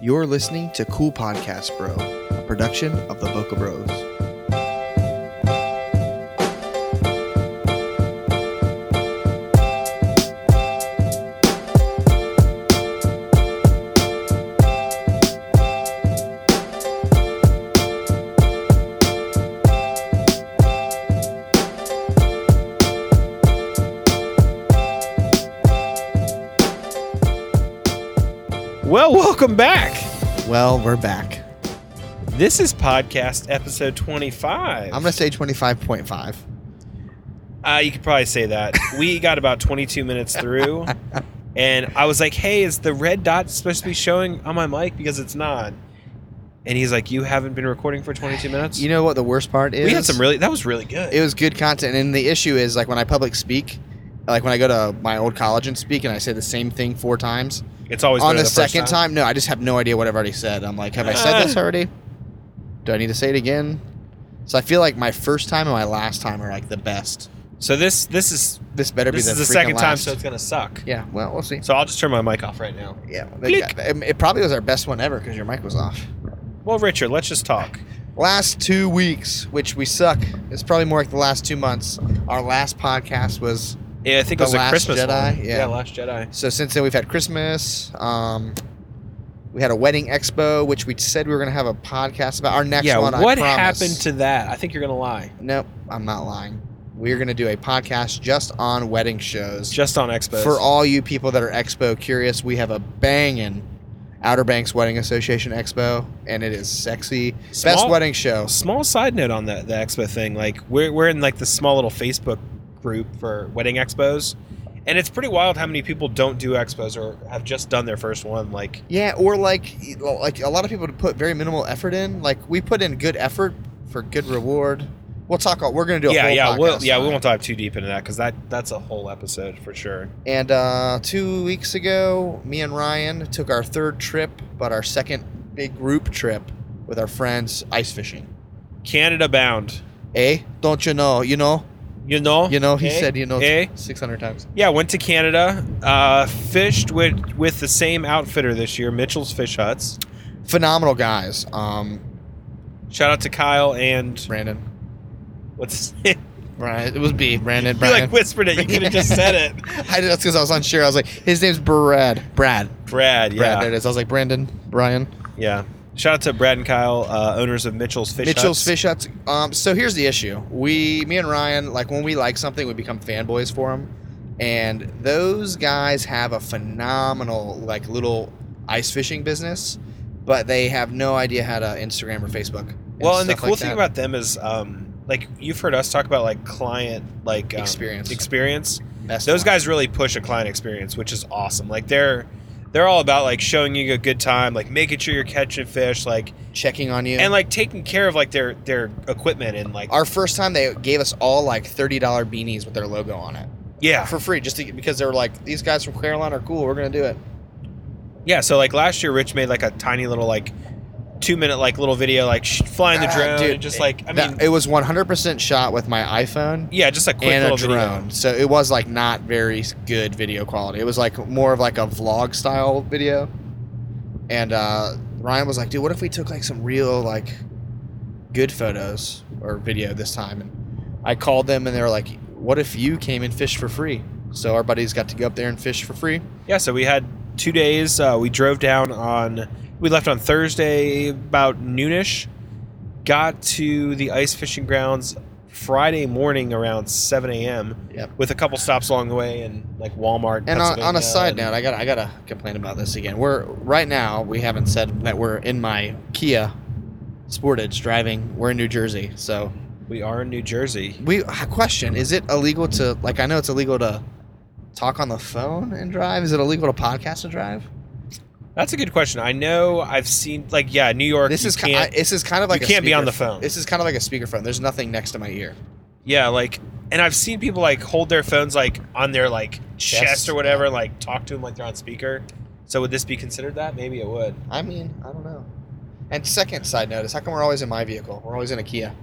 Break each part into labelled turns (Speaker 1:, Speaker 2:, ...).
Speaker 1: You're listening to Cool Podcast Bro, a production of the Book of Bros.
Speaker 2: Well, welcome back.
Speaker 1: Well, we're back.
Speaker 2: This is podcast episode 25.
Speaker 1: I'm gonna say 25.5.
Speaker 2: uh, you could probably say that. we got about 22 minutes through, and I was like, hey, is the red dot supposed to be showing on my mic? Because it's not. And he's like, you haven't been recording for 22 minutes?
Speaker 1: You know what the worst part is?
Speaker 2: we had some really, that was really good.
Speaker 1: It was good content, and the issue is like when I public speak, like when I go to my old college and speak, and I say the same thing four times.
Speaker 2: it's always
Speaker 1: On the,
Speaker 2: better first
Speaker 1: second time. no, I just have no idea what I've already said. I'm like, have I said this already? Do I need to say it again? So I feel like my first time and my last time are like the best.
Speaker 2: So this this is
Speaker 1: This better
Speaker 2: this
Speaker 1: be the
Speaker 2: is the
Speaker 1: freaking
Speaker 2: second time,
Speaker 1: last.
Speaker 2: so it's gonna suck.
Speaker 1: yeah, well, we'll see.
Speaker 2: So I'll just turn my mic off right now.
Speaker 1: Yeah, they got- it, it probably was our best one ever because your mic was off.
Speaker 2: Well, Richard, let's just talk.
Speaker 1: last two weeks, which we suck. It's probably more like the last two months. Our last podcast was
Speaker 2: Yeah, I think
Speaker 1: The
Speaker 2: it was
Speaker 1: Last
Speaker 2: a Christmas
Speaker 1: Jedi?
Speaker 2: one.
Speaker 1: Yeah.
Speaker 2: Last Jedi.
Speaker 1: so. Since then, we've had Christmas. Um, we had a wedding expo, which we said we were going to have a podcast about. Our next
Speaker 2: yeah,
Speaker 1: one,
Speaker 2: what
Speaker 1: I promise.
Speaker 2: happened to that? I think you're gonna lie.
Speaker 1: Nope, I'm not lying. We're going to do a podcast just on wedding shows.
Speaker 2: Just on Expos.
Speaker 1: For all you people that are expo curious, we have a banging Outer Banks Wedding Association Expo, and it is sexy. Best
Speaker 2: Small-
Speaker 1: wedding show.
Speaker 2: Small side note on the, the expo thing. Like we're we're in like the small little Facebook group for wedding expos. And it's pretty wild how many people don't do expos or have just done their first one. Like
Speaker 1: Yeah, or like like a lot of people put very minimal effort in. Like we put in good effort for good reward. We'll talk. All, we're gonna do a
Speaker 2: yeah,
Speaker 1: whole
Speaker 2: yeah,
Speaker 1: podcast
Speaker 2: we'll, yeah. We
Speaker 1: on it.
Speaker 2: won't dive too deep into that because that that's a whole episode for sure.
Speaker 1: And uh, two weeks ago, me and Ryan took our third trip, but our second big group trip with our friends ice fishing.
Speaker 2: Canada bound.
Speaker 1: Eh? Don't you know? You know?
Speaker 2: You know.
Speaker 1: You know? He
Speaker 2: Eh?
Speaker 1: said you know
Speaker 2: Eh?
Speaker 1: six hundred times.
Speaker 2: Yeah, went to Canada. Uh, fished with with the same outfitter this year, Mitchell's Fish Huts.
Speaker 1: Phenomenal guys. Um,
Speaker 2: Shout out to Kyle and
Speaker 1: Brandon.
Speaker 2: what's his name?
Speaker 1: Brian. It was B. Brandon.
Speaker 2: You
Speaker 1: Brian.
Speaker 2: like whispered it. You could have just said it.
Speaker 1: I did that's because I was unsure. I was like, his name's Brad. Brad.
Speaker 2: Brad,
Speaker 1: Brad.
Speaker 2: yeah,
Speaker 1: There it is. I was like, Brandon. Brian.
Speaker 2: yeah. Shout out to Brad and Kyle, uh, owners of Mitchell's Fish.
Speaker 1: Mitchell's
Speaker 2: Huts.
Speaker 1: fish huts. Um, so here's the issue: we, me and Ryan, like when we like something, we become fanboys for them, and those guys have a phenomenal like little ice fishing business, but they have no idea how to Instagram or Facebook.
Speaker 2: Well, and the
Speaker 1: stuff
Speaker 2: cool
Speaker 1: like
Speaker 2: thing
Speaker 1: that.
Speaker 2: about them is, um, like you've heard us talk about, like client like um,
Speaker 1: Experience.
Speaker 2: Experience.
Speaker 1: Best
Speaker 2: Those
Speaker 1: one.
Speaker 2: guys really push a client experience, which is awesome. Like they're they're all about like showing you a good time, like making sure you're catching fish, like
Speaker 1: checking on you.
Speaker 2: and like taking care of like their their equipment and like
Speaker 1: our first time, they gave us all like thirty dollar beanies with their logo on it
Speaker 2: yeah
Speaker 1: for free, just to, because they were like, these guys from Carolina are cool. We're gonna do it.
Speaker 2: yeah. So like last year, Rich made like a tiny little like two minute like little video like sh- flying the
Speaker 1: Ah,
Speaker 2: drone,
Speaker 1: dude,
Speaker 2: and just like I mean
Speaker 1: That- it was one hundred percent shot with my iPhone.
Speaker 2: yeah, just a quick
Speaker 1: and
Speaker 2: little
Speaker 1: a drone.
Speaker 2: video.
Speaker 1: So it was like not very good video quality. It was like more of like a vlog style video. And uh, Ryan was like, "Dude, what if we took like some real like good photos or video this time?" And I called them, and they were like, "What if you came and fished for free?" So our buddies got to go up there and fish for free.
Speaker 2: Yeah, so we had two days. Uh, we drove down on. We left on Thursday about noonish. Got to the ice fishing grounds Friday morning around 7 a.m.
Speaker 1: Yep.
Speaker 2: With a couple stops along the way and like Walmart.
Speaker 1: And on, on
Speaker 2: Pennsylvania,
Speaker 1: a side
Speaker 2: and-
Speaker 1: note, I got I gotta complain about this again. We're right now we haven't said that we're in my Kia Sportage driving. We're in New Jersey, so
Speaker 2: we are in New Jersey.
Speaker 1: We a question: Is it illegal to like? I know it's illegal to talk on the phone and drive. Is it illegal to podcast and drive?
Speaker 2: That's a good question. I know I've seen like yeah, New York.
Speaker 1: This
Speaker 2: you
Speaker 1: is ki- I,
Speaker 2: can't,
Speaker 1: this is kind of like
Speaker 2: you
Speaker 1: a
Speaker 2: can't be on the
Speaker 1: speaker-
Speaker 2: phone.
Speaker 1: This is kind of like a speakerphone. There's nothing next to my ear.
Speaker 2: yeah, like and I've seen people like hold their phones like on their like chest,
Speaker 1: Chest,
Speaker 2: or whatever, and, like talk to them like they're on speaker. So would this be considered that? Maybe it would.
Speaker 1: I mean, I don't know. And second side note is how come we're always in my vehicle? We're always in a Kia.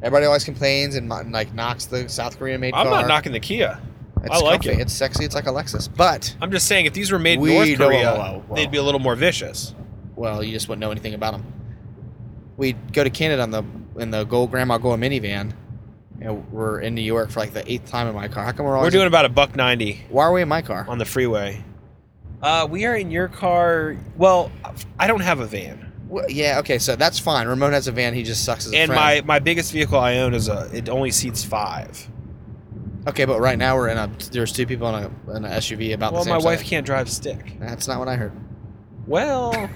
Speaker 1: Everybody always complains and mo- like knocks the South Korean made
Speaker 2: I'm
Speaker 1: car.
Speaker 2: not knocking the Kia.
Speaker 1: it's
Speaker 2: I like
Speaker 1: comfy.
Speaker 2: it.
Speaker 1: It's sexy. It's like a Lexus, but
Speaker 2: I'm just saying, if these were made in
Speaker 1: We
Speaker 2: North
Speaker 1: don't
Speaker 2: Korea,
Speaker 1: allow- well-
Speaker 2: they'd be a little more vicious.
Speaker 1: Well, you just wouldn't know anything about them. We'd go to Canada on the in the Gold Grandma Goa minivan, and we're in New York for like the eighth time in my car. How come we're always
Speaker 2: We're doing about a buck ninety
Speaker 1: Why are we in my car?
Speaker 2: on the freeway. Uh, we are in your car. Well, I don't have a van,
Speaker 1: Well, yeah, okay, so that's fine. Ramon has a van. He just sucks as a
Speaker 2: and
Speaker 1: friend.
Speaker 2: my my biggest vehicle I own is a. It only seats five.
Speaker 1: okay, but right now we're in a. There's two people in a in an SUV about
Speaker 2: Well,
Speaker 1: the same.
Speaker 2: my wife
Speaker 1: size.
Speaker 2: can't drive stick.
Speaker 1: That's not what I heard.
Speaker 2: Well,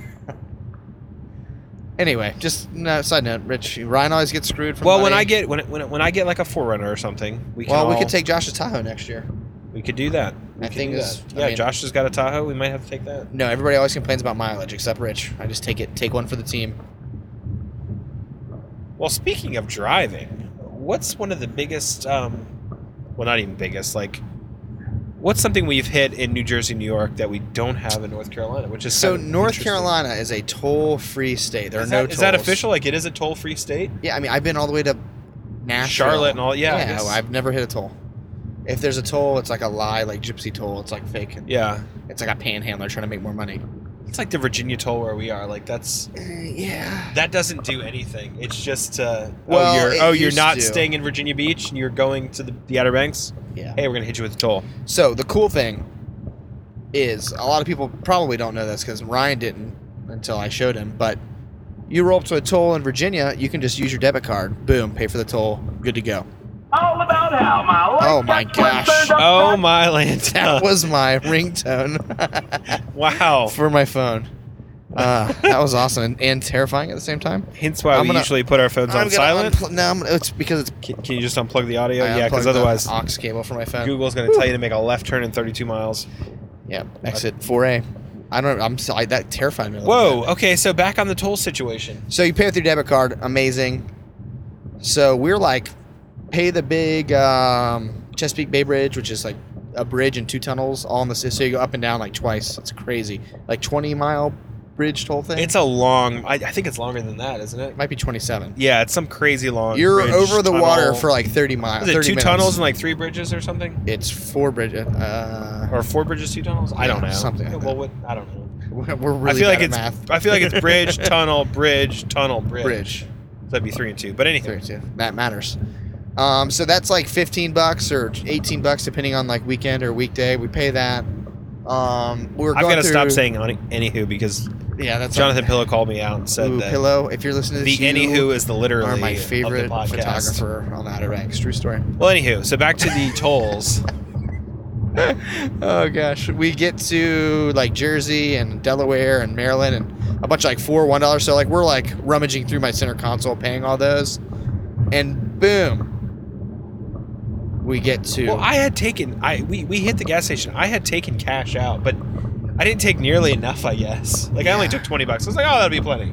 Speaker 1: Anyway, just no side note, Rich. Ryan always gets screwed. From
Speaker 2: well, when I
Speaker 1: money.
Speaker 2: get when when when I get like a forerunner or something, we can.
Speaker 1: well, we
Speaker 2: all-
Speaker 1: could take Josh to Tahoe next year.
Speaker 2: We could do that. We
Speaker 1: That
Speaker 2: could
Speaker 1: thing
Speaker 2: do
Speaker 1: is-
Speaker 2: that.
Speaker 1: I
Speaker 2: Yeah,
Speaker 1: mean-
Speaker 2: Josh has got a Tahoe. We might have to take that.
Speaker 1: No, everybody always complains about mileage except Rich. I just take it, take one for the team.
Speaker 2: Well, speaking of driving, what's one of the biggest, um, well, not even biggest, like, what's something we've hit in New Jersey, New York that we don't have in North Carolina, which is
Speaker 1: So
Speaker 2: kind of
Speaker 1: North
Speaker 2: interesting.
Speaker 1: Carolina is a toll-free state. There are
Speaker 2: Is,
Speaker 1: no
Speaker 2: that,
Speaker 1: tolls.
Speaker 2: is that official? Like, it is a toll-free state.
Speaker 1: Yeah, I mean, I've been all the way to Nashville,
Speaker 2: Charlotte and all- yeah, I
Speaker 1: yeah.
Speaker 2: guess.
Speaker 1: I've never hit a toll. If there's a toll, it's like a lie, like gypsy toll. It's like fake.
Speaker 2: Yeah,
Speaker 1: It's like a panhandler trying to make more money.
Speaker 2: it's like the Virginia toll where we are. Like, that's
Speaker 1: yeah.
Speaker 2: that doesn't do anything. It's just, uh,
Speaker 1: Well,
Speaker 2: oh,
Speaker 1: it
Speaker 2: you're oh, you're
Speaker 1: used
Speaker 2: not
Speaker 1: to.
Speaker 2: staying in Virginia Beach and you're going to the, the Outer Banks.
Speaker 1: Yeah.
Speaker 2: Hey, we're gonna hit you with a toll.
Speaker 1: So the cool thing is, a lot of people probably don't know this because Ryan didn't until I showed him. But you roll up to a toll in Virginia, you can just use your debit card. Boom, pay for the toll. Good to go.
Speaker 3: all about how my life
Speaker 1: Oh my
Speaker 3: got flipped,
Speaker 1: gosh.
Speaker 3: turned
Speaker 2: Oh
Speaker 3: upside
Speaker 2: my Lanta!
Speaker 1: That was my ringtone
Speaker 2: wow.
Speaker 1: for my phone. Uh, that was awesome and, and terrifying at the same time.
Speaker 2: Hence why
Speaker 1: I'm
Speaker 2: we
Speaker 1: gonna-
Speaker 2: usually put our phones
Speaker 1: I'm
Speaker 2: on
Speaker 1: gonna
Speaker 2: silent.
Speaker 1: unpl- no, I'm, it's because it's.
Speaker 2: Can, can you just unplug the audio?
Speaker 1: I
Speaker 2: yeah,
Speaker 1: unplugged
Speaker 2: because
Speaker 1: the
Speaker 2: otherwise
Speaker 1: aux cable for my phone.
Speaker 2: Google's going to tell you to make a left turn in 32 miles.
Speaker 1: Yeah, exit 4A. I don't. I'm sorry. That terrified me. A little bit.
Speaker 2: Whoa. Okay, so back on the toll situation.
Speaker 1: So you pay with your debit card, amazing. So we're like, pay the big um, Chesapeake Bay Bridge, which is like a bridge and two tunnels all in the city. So you go up and down like twice. It's crazy. Like 20 mile bridge toll thing.
Speaker 2: It's a long. I, I think it's longer than that, isn't it?
Speaker 1: it might be 27.
Speaker 2: Yeah, it's some crazy long.
Speaker 1: You're
Speaker 2: bridge,
Speaker 1: over the
Speaker 2: tunnel.
Speaker 1: water for like 30 miles.
Speaker 2: Is it
Speaker 1: 30
Speaker 2: two
Speaker 1: minutes.
Speaker 2: tunnels and like three bridges or something,
Speaker 1: It's four bridges. Uh,
Speaker 2: or four bridges, two tunnels? I don't
Speaker 1: Yeah,
Speaker 2: know.
Speaker 1: something like
Speaker 2: Yeah, well, what, I don't know.
Speaker 1: we're really
Speaker 2: I feel like
Speaker 1: bad
Speaker 2: it's.
Speaker 1: at math.
Speaker 2: I feel like it's bridge, tunnel, bridge, tunnel, bridge.
Speaker 1: bridge.
Speaker 2: So that'd be three and two. But anything.
Speaker 1: Three, two. That matters. Um, so that's like 15 bucks or 18 bucks depending on like weekend or weekday. We pay that. Um, we we're
Speaker 2: I'm
Speaker 1: going
Speaker 2: gonna stop
Speaker 1: through-
Speaker 2: saying on, anywho because
Speaker 1: Yeah, that's
Speaker 2: Jonathan Pillow called me out and said
Speaker 1: Ooh,
Speaker 2: that
Speaker 1: pillow. If you're listening to
Speaker 2: the
Speaker 1: this, you
Speaker 2: anywho is the literally
Speaker 1: are my
Speaker 2: of the
Speaker 1: favorite
Speaker 2: podcast.
Speaker 1: photographer on the Outer Banks. True story.
Speaker 2: Well, anywho, so back to the tolls.
Speaker 1: Oh gosh, we get to like Jersey and Delaware and Maryland and a bunch of like four one dollars. So like we're like rummaging through my center console, paying all those, and boom, we get to.
Speaker 2: well, I had taken I we, we hit the gas station. I had taken cash out, but I didn't take nearly enough. I guess like I only
Speaker 1: Yeah.
Speaker 2: took twenty bucks. I was like, oh, that'll be plenty.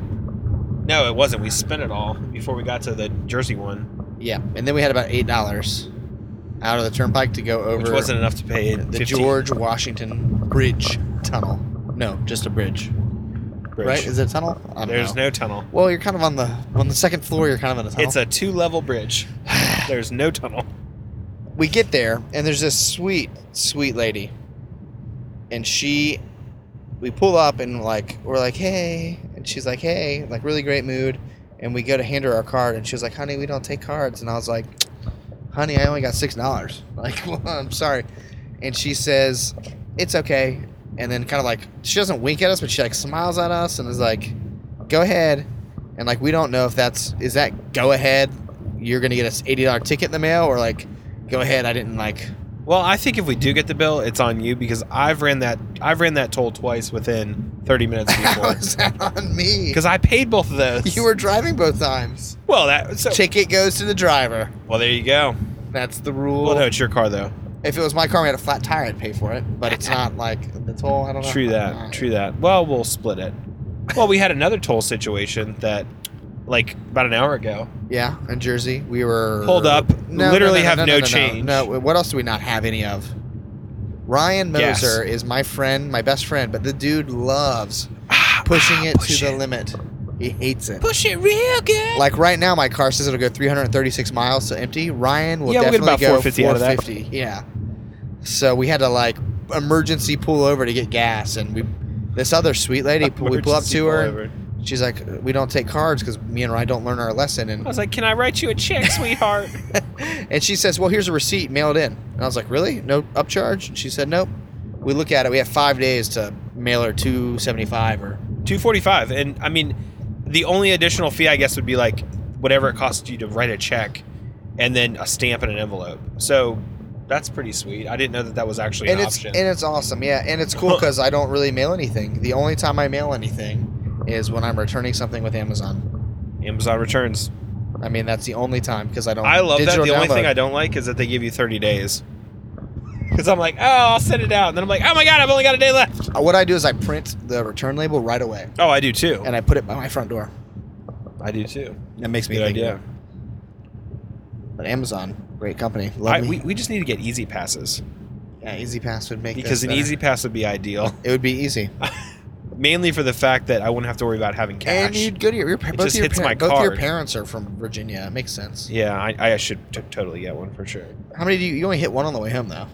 Speaker 2: No, it wasn't. We spent it all before we got to the Jersey one,
Speaker 1: Yeah, and then we had about eight dollars out of the turnpike to go over
Speaker 2: which wasn't enough to pay
Speaker 1: the
Speaker 2: it.
Speaker 1: George Washington Bridge tunnel. No, just a bridge, right? Is it a tunnel? I don't
Speaker 2: There's
Speaker 1: know.
Speaker 2: no tunnel.
Speaker 1: Well, you're kind of on the on the second floor. You're kind of in a tunnel.
Speaker 2: It's a two-level bridge. There's no tunnel.
Speaker 1: we get there and there's this sweet sweet lady and she we pull up and like we're like hey and she's like hey like really great mood and we go to hand her our card and she was like honey we don't take cards and i was like honey i only got six dollars like well, i'm sorry and she says it's okay and then kind of like she doesn't wink at us but she like smiles at us and is like go ahead and like we don't know if that's is that go ahead you're gonna get a $80 ticket in the mail or like go ahead. I didn't like.
Speaker 2: Well, I think if we do get the bill, it's on you because I've ran that I've ran that toll twice within 30 minutes
Speaker 1: How
Speaker 2: before
Speaker 1: is that on me?
Speaker 2: because I paid both of those.
Speaker 1: you were driving both times.
Speaker 2: well that so,
Speaker 1: Ticket goes to the driver.
Speaker 2: well there you go.
Speaker 1: That's the rule.
Speaker 2: Well, no, it's your car though.
Speaker 1: If it was my car, we had a flat tire, I'd pay for it. But it's not like the toll. I don't know. Uh,
Speaker 2: True that. True that. Well, we'll split it. Well, we had another toll situation that, like, about an hour ago.
Speaker 1: Yeah, in Jersey, we were
Speaker 2: Pulled up, literally have no change.
Speaker 1: No, what else do we not have any of? Ryan
Speaker 2: Gas.
Speaker 1: Moser is my friend, my best friend, but the dude loves pushing it
Speaker 2: Ah, Push
Speaker 1: to the
Speaker 2: it.
Speaker 1: limit. He hates it.
Speaker 2: Push it real good.
Speaker 1: Like right now, my car says it'll go 336 miles to empty. Ryan will
Speaker 2: Yeah, we'll get
Speaker 1: definitely
Speaker 2: about
Speaker 1: go
Speaker 2: 450 out of that.
Speaker 1: 450. Yeah. So we had to like emergency pull over to get gas, and we This other sweet lady, we pull up
Speaker 2: Emergency
Speaker 1: to her. and
Speaker 2: pullover.
Speaker 1: She's like, we don't take cards because me and Ryan don't learn our lesson.
Speaker 2: I
Speaker 1: And
Speaker 2: was like, "Can I write you a check, sweetheart?"
Speaker 1: and she says, well, here's a receipt, mail it in. And I was like, really? No upcharge? And she said, nope. We look at it. We have five days to mail her two seventy five or
Speaker 2: 245 and i mean the only additional fee i guess would be like whatever it costs you to write a check and then a stamp and an envelope so that's pretty sweet i didn't know that that was actually
Speaker 1: and
Speaker 2: an
Speaker 1: it's
Speaker 2: option
Speaker 1: and it's awesome, yeah. And it's cool because I don't really mail anything. The only time I mail anything is when I'm returning something with Amazon.
Speaker 2: amazon returns
Speaker 1: I mean, that's the only time because I don't.
Speaker 2: i love that the
Speaker 1: digital
Speaker 2: only
Speaker 1: download.
Speaker 2: thing i don't like is that they give you 30 days because i'm like oh i'll send it out and then i'm like oh my god i've only got a day left
Speaker 1: Uh, What I do is I print the return label right away,
Speaker 2: oh i do too
Speaker 1: and I put it by my front door.
Speaker 2: i do too
Speaker 1: That makes me
Speaker 2: good
Speaker 1: think.
Speaker 2: idea
Speaker 1: But Amazon, great company,
Speaker 2: I,
Speaker 1: love
Speaker 2: we, we just need to get easy passes
Speaker 1: yeah, Easy Pass would make
Speaker 2: because
Speaker 1: this
Speaker 2: an
Speaker 1: better.
Speaker 2: easy pass would be ideal
Speaker 1: It would be easy,
Speaker 2: mainly for the fact that i wouldn't have to worry about having cash
Speaker 1: and you'd go to your, your both,
Speaker 2: just
Speaker 1: your,
Speaker 2: hits
Speaker 1: par-
Speaker 2: my
Speaker 1: both your
Speaker 2: card.
Speaker 1: parents are from Virginia. It makes sense.
Speaker 2: Yeah, I, I should t- totally get one for sure.
Speaker 1: How many do you? You only hit one on the way home though.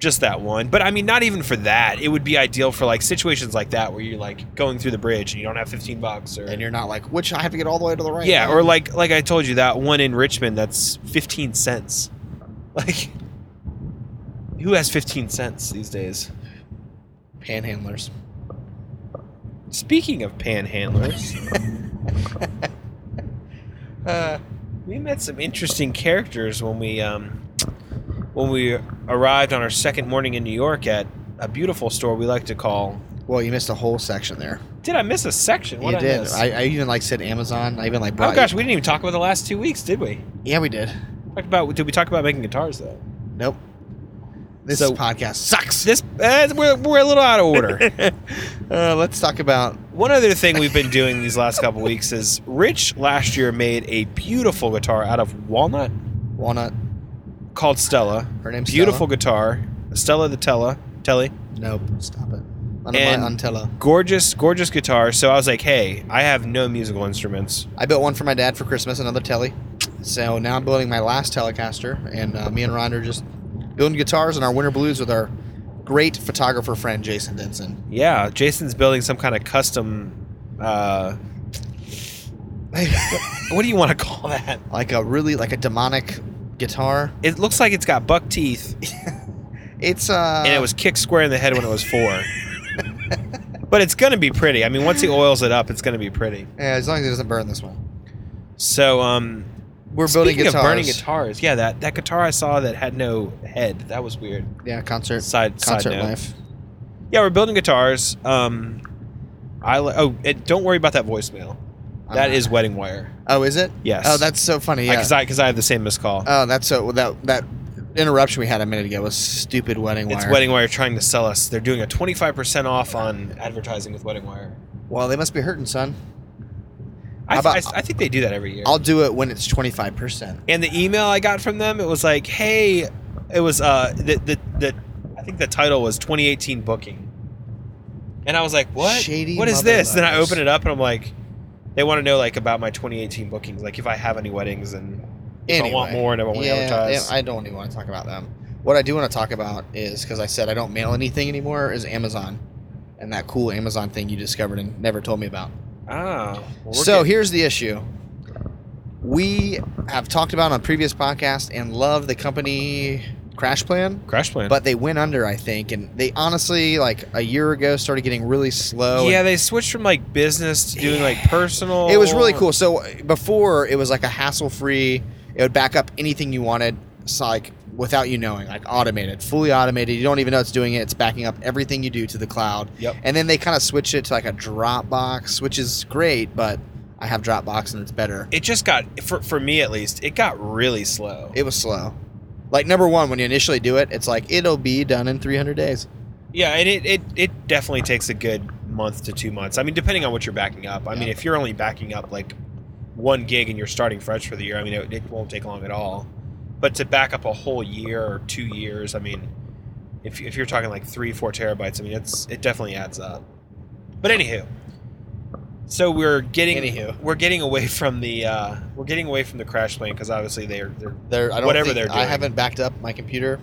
Speaker 2: Just that one. But I mean, not even for that. It would be ideal for like situations like that where you're like going through the bridge and you don't have 15 bucks or.
Speaker 1: And you're not like, which I have to get all the way to the right.
Speaker 2: yeah,
Speaker 1: lane."
Speaker 2: or like like I told you that one in Richmond that's 15 cents. Like, who has 15 cents these days?
Speaker 1: panhandlers.
Speaker 2: Speaking of panhandlers,
Speaker 1: Uh,
Speaker 2: we met some interesting characters when we um, when we arrived on our second morning in New York at a beautiful store we like to call.
Speaker 1: Well, you missed a whole section there.
Speaker 2: Did I miss a section? What
Speaker 1: you did.
Speaker 2: miss?
Speaker 1: I, I even like said Amazon. I even like
Speaker 2: Oh
Speaker 1: brought.
Speaker 2: gosh, we didn't even talk about the last two weeks, did we?
Speaker 1: Yeah, we did.
Speaker 2: Talked about did we talk about making guitars though?
Speaker 1: Nope. This
Speaker 2: So-
Speaker 1: podcast sucks.
Speaker 2: This uh, we're we're a little out of order.
Speaker 1: Uh, let's talk about.
Speaker 2: One other thing we've been doing these last couple weeks is Rich last year made a beautiful guitar out of walnut
Speaker 1: Walnut.
Speaker 2: called Stella.
Speaker 1: Her name's
Speaker 2: Beautiful guitar, Stella the Tella Telly.
Speaker 1: Stella? Nope. Stop it. Under
Speaker 2: And-
Speaker 1: my Antella.
Speaker 2: Gorgeous, gorgeous guitar. So I was like, hey, I have no musical instruments.
Speaker 1: I built one for my dad for Christmas. Another telly. So now I'm building my last Telecaster, and uh, me and Ron are just building guitars and our winter blues with our great photographer friend Jason Denson.
Speaker 2: Yeah, Jason's building some kind of custom. Uh, what do you want to call that?
Speaker 1: Like a really like a demonic guitar.
Speaker 2: It looks like it's got buck teeth.
Speaker 1: It's uh.
Speaker 2: and it was kicked square in the head when it was four. but it's gonna be pretty. I mean, once he oils it up, it's gonna be pretty.
Speaker 1: Yeah, as long as it doesn't burn this one.
Speaker 2: So, um,
Speaker 1: We're building
Speaker 2: speaking
Speaker 1: guitars.
Speaker 2: of burning guitars, yeah, that that guitar I saw that had no head, that was weird.
Speaker 1: Yeah, concert.
Speaker 2: Side
Speaker 1: Concert
Speaker 2: side note.
Speaker 1: life.
Speaker 2: Yeah, we're building guitars. Um, I li- oh, and don't worry about that voicemail.
Speaker 1: I'm
Speaker 2: That
Speaker 1: not-
Speaker 2: is wedding wire.
Speaker 1: Oh, is it?
Speaker 2: Yes.
Speaker 1: Uh-huh. Oh, that's so funny. Yeah.
Speaker 2: because I because I have the same missed call.
Speaker 1: oh, that's so that that interruption we had a minute ago was stupid wedding wire.
Speaker 2: It's Wedding Wire trying to sell us. They're doing a 25% off on advertising with Wedding Wire.
Speaker 1: Well, they must be hurting, son.
Speaker 2: I,
Speaker 1: How
Speaker 2: th-
Speaker 1: about-
Speaker 2: I s- I think they do that every year.
Speaker 1: I'll do it when it's twenty five percent.
Speaker 2: and the email I got from them, it was like, "Hey, it was uh the the, the I think the title was 2018 booking," and I was like, "What?
Speaker 1: Shady
Speaker 2: what is this?" Then I
Speaker 1: motherfuckers.
Speaker 2: open it up and I'm like, "They want to know like about my 2018 bookings, like if I have any weddings and if
Speaker 1: Anyway,
Speaker 2: I want more and if I want to
Speaker 1: yeah, yeah,
Speaker 2: advertise."
Speaker 1: I don't even want to talk about them. What I do want to talk about is because I said I don't mail anything anymore is Amazon, and that cool Amazon thing you discovered and never told me about.
Speaker 2: Ah, well, we're
Speaker 1: So
Speaker 2: getting-
Speaker 1: here's the issue. We have talked about on previous podcasts and love the company Crash Plan,
Speaker 2: crash plan.
Speaker 1: but they went under, I think, and they honestly like a year ago started getting really slow. oh, and
Speaker 2: yeah, they switched from like business to doing like personal.
Speaker 1: It was really cool. So before it was like a hassle-free. It would back up anything you wanted, so like without you knowing, like automated, fully automated. You don't even know it's doing it. It's backing up everything you do to the cloud.
Speaker 2: Yep.
Speaker 1: And then they kind of switched it to like a Dropbox, which is great, but I have Dropbox and it's better.
Speaker 2: It just got for for me at least. It got really slow.
Speaker 1: It was slow. Like number one, when you initially do it, it's like it'll be done in 300 days.
Speaker 2: Yeah, and it, it, it definitely takes a good month to two months. I mean, depending on what you're backing up. I mean,
Speaker 1: Yeah.
Speaker 2: if you're only backing up like one gig and you're starting fresh for the year, I mean, it, it won't take long at all. But to back up a whole year or two years, I mean, if, if you're talking like three, four terabytes, I mean, it's it definitely adds up. But anywho, so we're getting
Speaker 1: Anywho.
Speaker 2: we're getting away from the uh, we're getting away from the crash plane because obviously they're they're
Speaker 1: They're I don't
Speaker 2: Whatever
Speaker 1: think-
Speaker 2: they're
Speaker 1: I
Speaker 2: doing.
Speaker 1: haven't backed up my computer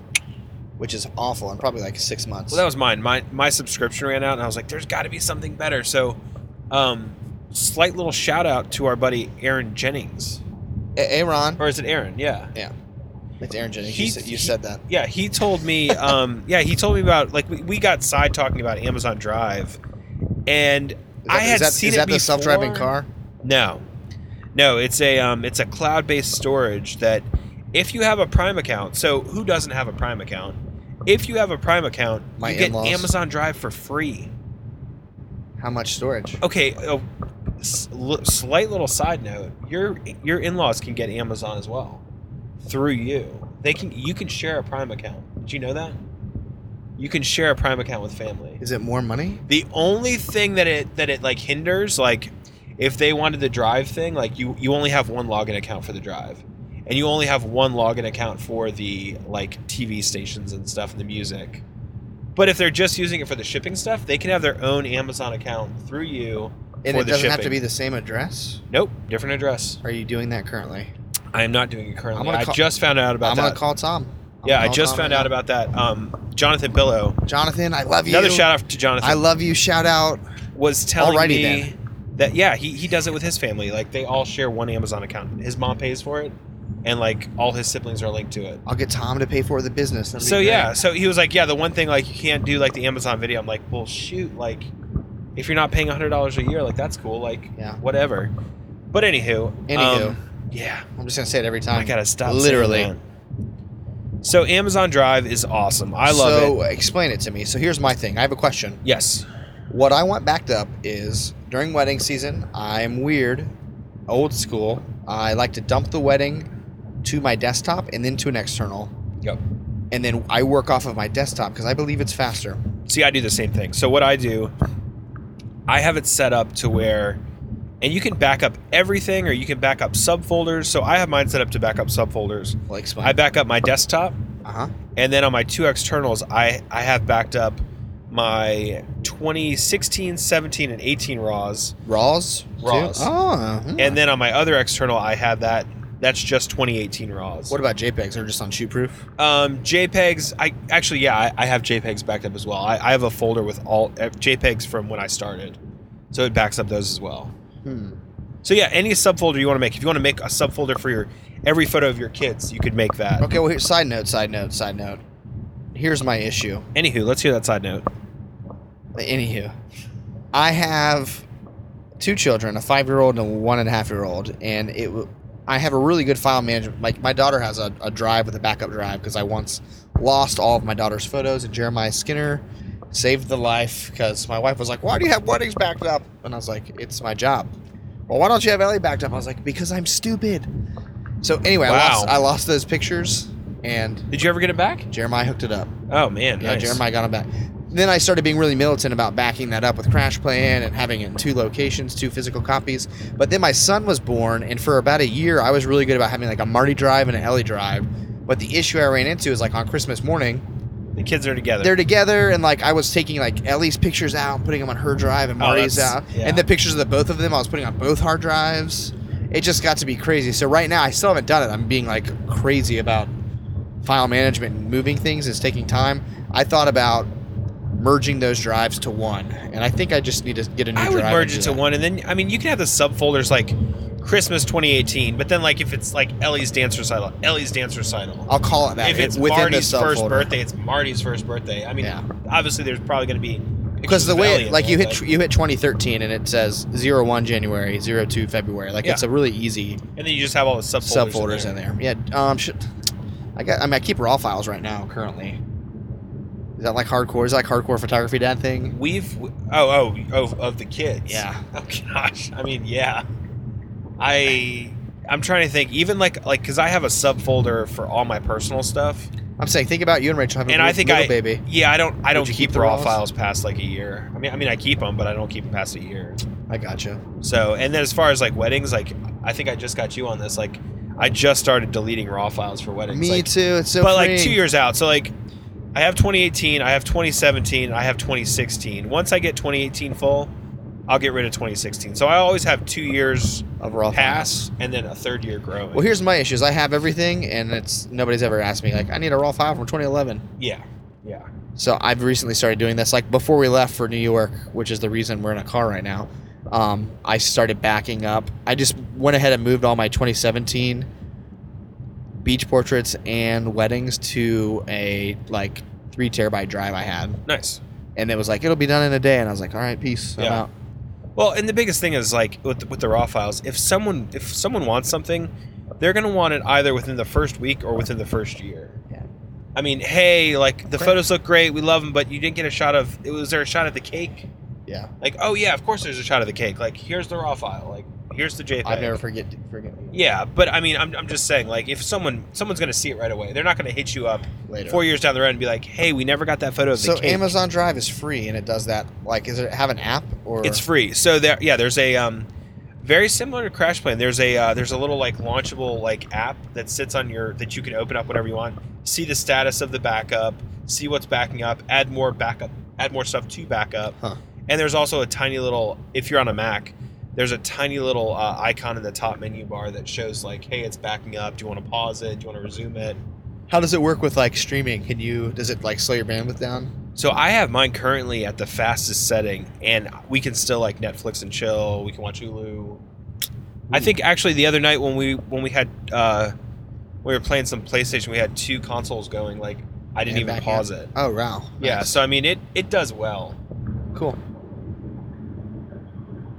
Speaker 1: which is awful in probably like six months.
Speaker 2: Well, that was mine. My my subscription ran out, and I was like, "There's got to be something better." So, um, slight little shout out to our buddy Aaron Jennings,
Speaker 1: A- Aaron,
Speaker 2: or is it Aaron? Yeah,
Speaker 1: it's Aaron Jennings.
Speaker 2: He-
Speaker 1: you, said, you
Speaker 2: he-
Speaker 1: said that.
Speaker 2: yeah. He told me. Um, yeah, he told me about like we, we got side talking about Amazon Drive, and
Speaker 1: Is that,
Speaker 2: I had
Speaker 1: is that,
Speaker 2: seen
Speaker 1: is
Speaker 2: it
Speaker 1: that the self-driving
Speaker 2: before.
Speaker 1: car?
Speaker 2: No, no, it's a um, it's a cloud based storage that if you have a Prime account, so who doesn't have a Prime account? If you have a Prime account,
Speaker 1: My
Speaker 2: you get
Speaker 1: in-laws.
Speaker 2: Amazon Drive for free.
Speaker 1: How much storage?
Speaker 2: Okay, a s- l- slight little side note: your your in laws can get Amazon as well through you. They can you can share a Prime account. Did you know that? You can share a Prime account with family.
Speaker 1: Is it more money?
Speaker 2: The only thing that it that it like hinders, like if they wanted the drive thing, like you you only have one login account for the drive, and you only have one login account for the like TV stations and stuff and the music. But if they're just using it for the shipping stuff, they can have their own Amazon account through you.
Speaker 1: And
Speaker 2: For
Speaker 1: it
Speaker 2: the
Speaker 1: doesn't have to
Speaker 2: shipping.
Speaker 1: be the same address.
Speaker 2: Nope, different address.
Speaker 1: Are you doing that currently?
Speaker 2: I am not doing it currently.
Speaker 1: I'm gonna
Speaker 2: I
Speaker 1: call-
Speaker 2: just found out about
Speaker 1: I'm
Speaker 2: that.
Speaker 1: gonna call Tom. I'm
Speaker 2: yeah,
Speaker 1: gonna
Speaker 2: I
Speaker 1: call
Speaker 2: just
Speaker 1: Tom
Speaker 2: found
Speaker 1: right
Speaker 2: out
Speaker 1: now.
Speaker 2: about that. Um, Jonathan Billow,
Speaker 1: Jonathan. I love you.
Speaker 2: another shout out to Jonathan,
Speaker 1: I love you. Shout out.
Speaker 2: was telling
Speaker 1: Alrighty
Speaker 2: me
Speaker 1: then.
Speaker 2: that yeah, he, he does it with his family. Like they all share one Amazon account. His mom pays for it, and like all his siblings are linked to it.
Speaker 1: I'll get Tom to pay for the business. That'd be
Speaker 2: So
Speaker 1: great.
Speaker 2: yeah, so he was like, yeah, the one thing like you can't do like the Amazon video. I'm like, well, shoot, like if you're not paying hundred dollars a year, like that's cool, like
Speaker 1: Yeah.
Speaker 2: whatever. But anywho,
Speaker 1: Anywho.
Speaker 2: um, yeah,
Speaker 1: I'm just gonna say it every time.
Speaker 2: I gotta stop. saying
Speaker 1: Um, Literally.
Speaker 2: that. So Amazon Drive is awesome. I love it.
Speaker 1: so, explain it to me. So here's my thing. I have a question.
Speaker 2: Yes.
Speaker 1: What I want backed up is during wedding season. I'm weird, old school. I like to dump the wedding to my desktop and then to an external.
Speaker 2: Yep.
Speaker 1: And then I work off of my desktop because I believe it's faster.
Speaker 2: See, I do the same thing. So what I do, I have it set up to where, and you can back up everything, or you can back up subfolders. So I have mine set up to back up subfolders.
Speaker 1: Well, explain.
Speaker 2: I back up my desktop,
Speaker 1: uh huh.
Speaker 2: and then on my two externals, I I have backed up my 2016, 17, and 18 RAWs,
Speaker 1: Raws. too?
Speaker 2: Raws.
Speaker 1: Oh. hmm.
Speaker 2: and then on my other external, I have that. That's just 2018 RAWs.
Speaker 1: what about JPEGs? They're just on shoot proof.
Speaker 2: Um, JPEGs. I actually, yeah, I, I have JPEGs backed up as well. I, I have a folder with all eh, JPEGs from when I started, so it backs up those as well.
Speaker 1: Hmm.
Speaker 2: So yeah, any subfolder you want to make. If you want to make a subfolder for your every photo of your kids, you could make that.
Speaker 1: Okay, well, here, side note, side note, side note. Here's my issue.
Speaker 2: Anywho, let's hear that side note.
Speaker 1: Anywho, I have two children, a five-year-old and a one and a half-year-old, and it. w- I have a really good file management. Like my daughter has a, a drive with a backup drive because I once lost all of my daughter's photos and Jeremiah Skinner saved the life because my wife was like, "Why do you have weddings backed up?" And I was like, "It's my job." Well, why don't you have Ellie backed up? I was like, "Because I'm stupid." So anyway, I,
Speaker 2: Wow.
Speaker 1: lost, I lost those pictures, and
Speaker 2: Did you ever get it back?
Speaker 1: Jeremiah hooked it up.
Speaker 2: Oh man,
Speaker 1: Yeah,
Speaker 2: nice.
Speaker 1: Jeremiah got him back. Then I started being really militant about backing that up with Crash Plan and having it in two locations, two physical copies. But then my son was born, and for about a year, I was really good about having like a Marty drive and an Ellie drive. But the issue I ran into is like on Christmas morning,
Speaker 2: The kids are together.
Speaker 1: they're together, and like I was taking like Ellie's pictures out and putting them on her drive, and
Speaker 2: Oh,
Speaker 1: Marty's
Speaker 2: that's-
Speaker 1: out,
Speaker 2: yeah.
Speaker 1: and the pictures of the both of them I was putting on both hard drives. It just got to be crazy. So right now, I still haven't done it. I'm being like crazy about file management and moving things is taking time. I thought about merging those drives to one, and I think I just need to get a new.
Speaker 2: I would
Speaker 1: drive
Speaker 2: merge
Speaker 1: and
Speaker 2: it
Speaker 1: do
Speaker 2: to
Speaker 1: that.
Speaker 2: one, and then I mean you can have the subfolders like Christmas 2018, but then like if it's like Ellie's dance recital, Ellie's dance recital.
Speaker 1: I'll call it that.
Speaker 2: if it's
Speaker 1: within
Speaker 2: Marty's
Speaker 1: the
Speaker 2: first
Speaker 1: subfolder.
Speaker 2: birthday, it's Marty's first birthday. I mean,
Speaker 1: Yeah.
Speaker 2: obviously there's probably going to be
Speaker 1: because
Speaker 2: pictures
Speaker 1: the
Speaker 2: of
Speaker 1: way
Speaker 2: Ellie
Speaker 1: it,
Speaker 2: in
Speaker 1: like
Speaker 2: there,
Speaker 1: you hit
Speaker 2: but-
Speaker 1: tr- you hit 2013 and it says 01 January 02 February like
Speaker 2: Yeah.
Speaker 1: it's a really easy
Speaker 2: and then you just have all the subfolders.
Speaker 1: subfolders in
Speaker 2: in there.
Speaker 1: there. Yeah. Um. Shit. I got. I mean, I keep raw files right now. Currently. Is that like hardcore? Is that like hardcore photography dad thing?
Speaker 2: We've oh oh oh of the kids.
Speaker 1: Yeah.
Speaker 2: Oh gosh. I mean, yeah. I I'm trying to think. Even like like because I have a subfolder for all my personal stuff.
Speaker 1: I'm saying, think about you and Rachel having
Speaker 2: And
Speaker 1: a
Speaker 2: I
Speaker 1: little,
Speaker 2: think
Speaker 1: little
Speaker 2: I-
Speaker 1: baby.
Speaker 2: Yeah, I don't I don't
Speaker 1: you
Speaker 2: keep,
Speaker 1: keep the
Speaker 2: raw
Speaker 1: raws?
Speaker 2: files past like a year. I mean I mean I keep them, but I don't keep them past a year.
Speaker 1: I gotcha.
Speaker 2: So and then as far as like weddings, like I think I just got you on this. Like I just started deleting raw files for weddings.
Speaker 1: Me
Speaker 2: like,
Speaker 1: too. It's so.
Speaker 2: but like two
Speaker 1: freeing.
Speaker 2: years out. So like, I have 2018, I have 2017, I have 2016. Once I get 2018 full, I'll get rid of 2016. So I always have two years
Speaker 1: of raw files.
Speaker 2: pass and then a third year growing.
Speaker 1: Well, here's my issues. I have everything, and it's nobody's ever asked me like I need a raw file from 2011.
Speaker 2: yeah, yeah.
Speaker 1: So I've recently started doing this. Like before we left for New York, which is the reason we're in a car right now. Um, I started backing up. I just went ahead and moved all my 2017 beach portraits and weddings to a like three terabyte drive I had,
Speaker 2: Nice.
Speaker 1: and it was like it'll be done in a day. And I was like, all right, peace. I'm
Speaker 2: Yeah.
Speaker 1: out.
Speaker 2: Well, and the biggest thing is like with with the raw files, if someone if someone wants something, they're gonna want it either within the first week or within the first year.
Speaker 1: Yeah.
Speaker 2: I mean, hey, like the
Speaker 1: Great.
Speaker 2: photos look great, we love them, but you didn't get a shot of. Was there a shot of the cake?
Speaker 1: Yeah,
Speaker 2: Like, oh yeah, of course there's a shot of the cake. Like, here's the raw file. Like, here's the JPEG.
Speaker 1: I never forget forget
Speaker 2: Yeah, but I mean, I'm, I'm just saying, like, if someone someone's gonna see it right away, they're not gonna hit you up
Speaker 1: later.
Speaker 2: four years down the road and be like, hey, we never got that photo of the
Speaker 1: so
Speaker 2: cake.
Speaker 1: Amazon Drive is free, and it does that. Like, is it have an app or
Speaker 2: It's free. So there, yeah, there's a um, very similar to Crash Plane. There's a uh, there's a little like launchable like app that sits on your that you can open up whenever you want, see the status of the backup, see what's backing up, add more backup, add more stuff to backup.
Speaker 1: Huh.
Speaker 2: And there's also a tiny little if you're on a Mac, there's a tiny little uh, icon in the top menu bar that shows like, hey, it's backing up. Do you want to pause it? Do you want to resume it?
Speaker 1: How does it work with like streaming? Can you does it like slow your bandwidth down?
Speaker 2: So I have mine currently at the fastest setting, and we can still like Netflix and chill. We can watch Hulu. I think actually the other night when we when we had uh, we were playing some PlayStation, we had two consoles going. Like I didn't
Speaker 1: And
Speaker 2: even
Speaker 1: back
Speaker 2: pause
Speaker 1: up?
Speaker 2: it.
Speaker 1: Oh wow.
Speaker 2: Yeah.
Speaker 1: Nice.
Speaker 2: So I mean it it does well.
Speaker 1: Cool.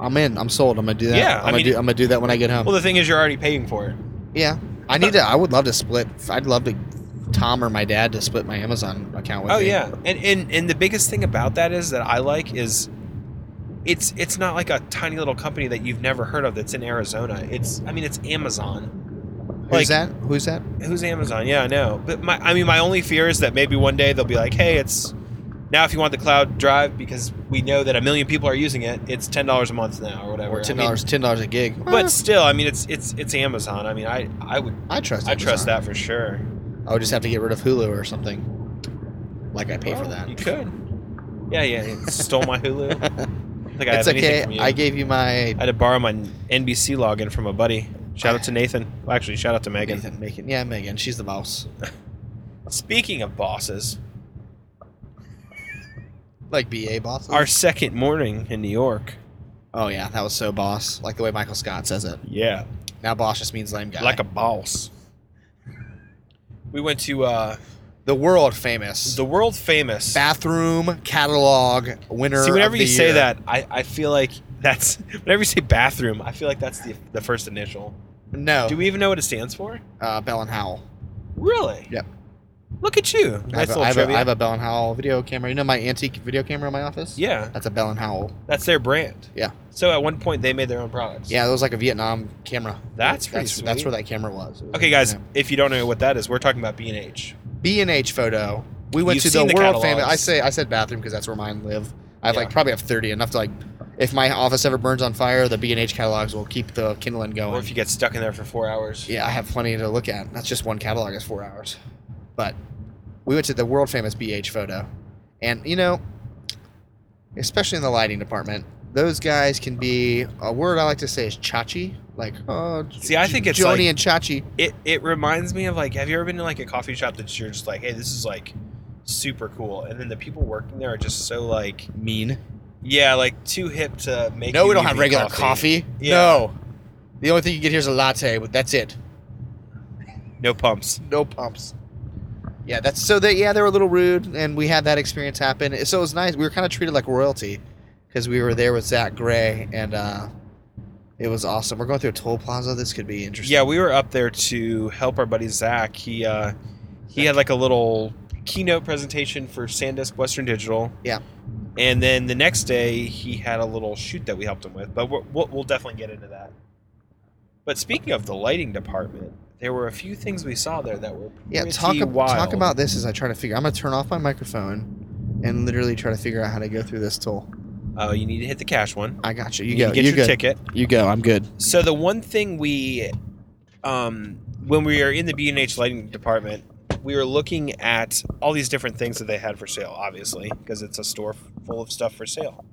Speaker 1: I'm in. I'm sold. I'm gonna do that.
Speaker 2: Yeah,
Speaker 1: I'm
Speaker 2: I
Speaker 1: gonna
Speaker 2: mean-
Speaker 1: do. I'm gonna do that when I get home.
Speaker 2: Well, the thing is you're already paying for it.
Speaker 1: yeah. I need to. I would love to split. I'd love to. Tom or my dad to split my Amazon account with
Speaker 2: Oh
Speaker 1: me.
Speaker 2: yeah, and, and and the biggest thing about that is that I like is it's it's not like a tiny little company that you've never heard of that's in Arizona. It's I mean it's Amazon.
Speaker 1: Who's
Speaker 2: Like-
Speaker 1: that? Who's that?
Speaker 2: Who's Amazon? Yeah, I know. But my, I mean, my only fear is that maybe one day they'll be like, "Hey, it's now if you want the cloud drive because we know that a million people are using it, it's ten dollars a month now or whatever."
Speaker 1: Or ten
Speaker 2: I mean,
Speaker 1: dollars. Ten dollars a gig.
Speaker 2: but still, I mean, it's it's it's Amazon. I mean, I I would
Speaker 1: I trust.
Speaker 2: I
Speaker 1: Amazon.
Speaker 2: trust that for sure.
Speaker 1: I would just have to get rid of Hulu or something. Like I pay for
Speaker 2: Well,
Speaker 1: that.
Speaker 2: You could. Yeah, yeah. yeah. Stole my Hulu. I don't think I
Speaker 1: it's
Speaker 2: have anything
Speaker 1: okay.
Speaker 2: from you.
Speaker 1: I gave you my
Speaker 2: I had to borrow my NBC login from a buddy. Shout out to Nathan. Well, actually, shout out to Megan.
Speaker 1: Nathan, Megan. Yeah, Megan. She's the boss.
Speaker 2: Speaking of bosses,
Speaker 1: Like BA boss.
Speaker 2: our second morning in New York.
Speaker 1: Oh yeah, that was so boss. Like the way Michael Scott says it.
Speaker 2: Yeah.
Speaker 1: Now boss just means lame guy.
Speaker 2: like a boss. We went to uh,
Speaker 1: the world famous
Speaker 2: the world famous.
Speaker 1: bathroom catalog winner.
Speaker 2: See, whenever
Speaker 1: of
Speaker 2: you
Speaker 1: the
Speaker 2: say
Speaker 1: year.
Speaker 2: that, I, I feel like that's whenever you say bathroom, I feel like that's the the first initial.
Speaker 1: no,
Speaker 2: Do we even know what it stands for?
Speaker 1: uh, Bell and Howell.
Speaker 2: Really?
Speaker 1: Yep.
Speaker 2: Look at you.
Speaker 1: I
Speaker 2: Nice
Speaker 1: have, a,
Speaker 2: little
Speaker 1: I, have a,
Speaker 2: trivia.
Speaker 1: I have a Bell and Howell video camera. You know my antique video camera in my office.
Speaker 2: yeah,
Speaker 1: that's a Bell and Howell.
Speaker 2: that's their brand.
Speaker 1: Yeah.
Speaker 2: So at one point they made their own products.
Speaker 1: Yeah, that was like a Vietnam camera.
Speaker 2: That's pretty
Speaker 1: that's, that's
Speaker 2: sweet.
Speaker 1: where that camera was.
Speaker 2: Okay, guys, if you don't know what that is, we're talking about B and H.
Speaker 1: B and H photo. We went
Speaker 2: You've
Speaker 1: to the,
Speaker 2: seen the
Speaker 1: world famous.
Speaker 2: catalogs.
Speaker 1: I say I said bathroom because that's where mine live. I have like
Speaker 2: Yeah.
Speaker 1: probably have thirty enough to like. If my office ever burns on fire, the B and H catalogs will keep the kindling going.
Speaker 2: Or if you get stuck in there for four hours.
Speaker 1: Yeah, I have plenty to look at. That's just one catalog is four hours. But we went to the world famous BH photo. And you know, especially in the lighting department, those guys can be a word I like to say is chachi. Like oh
Speaker 2: See, I think it's
Speaker 1: Joni
Speaker 2: like-
Speaker 1: and Chachi.
Speaker 2: it it reminds me of like have you ever been to like a coffee shop that you're just like hey this is like super cool and then the people working there are just so like
Speaker 1: Mean.
Speaker 2: yeah like too hip to make
Speaker 1: No,
Speaker 2: you
Speaker 1: we don't
Speaker 2: even
Speaker 1: have regular coffee.
Speaker 2: Yeah.
Speaker 1: No. The only thing you get here is a latte, but that's it.
Speaker 2: no pumps
Speaker 1: no pumps. Yeah, that's so they yeah they were a little rude, and we had that experience happen. So it was nice. We were kind of treated like royalty because we were there with Zach Gray, and uh, it was awesome. We're going through a toll plaza. This could be interesting.
Speaker 2: yeah we were up there to help our buddy zach he uh he had like a little keynote presentation for sandisk western digital
Speaker 1: Yeah.
Speaker 2: and then the next day he had a little shoot that we helped him with but we're, we'll, we'll definitely get into that but speaking of the lighting department there were a few things we saw there that were
Speaker 1: yeah.
Speaker 2: pretty
Speaker 1: Talk ab-
Speaker 2: wild.
Speaker 1: talk about this as I try to figure. I'm gonna turn off my microphone and literally try to figure out how to go through this toll.
Speaker 2: Oh, you need to hit the cash one.
Speaker 1: I got you. You
Speaker 2: You,
Speaker 1: go.
Speaker 2: get
Speaker 1: you
Speaker 2: your
Speaker 1: go.
Speaker 2: ticket.
Speaker 1: You go. I'm good.
Speaker 2: So the one thing we, um, when we were in the B and H lighting department, we were looking at all these different things that they had for sale. Obviously, because it's a store full of stuff for sale.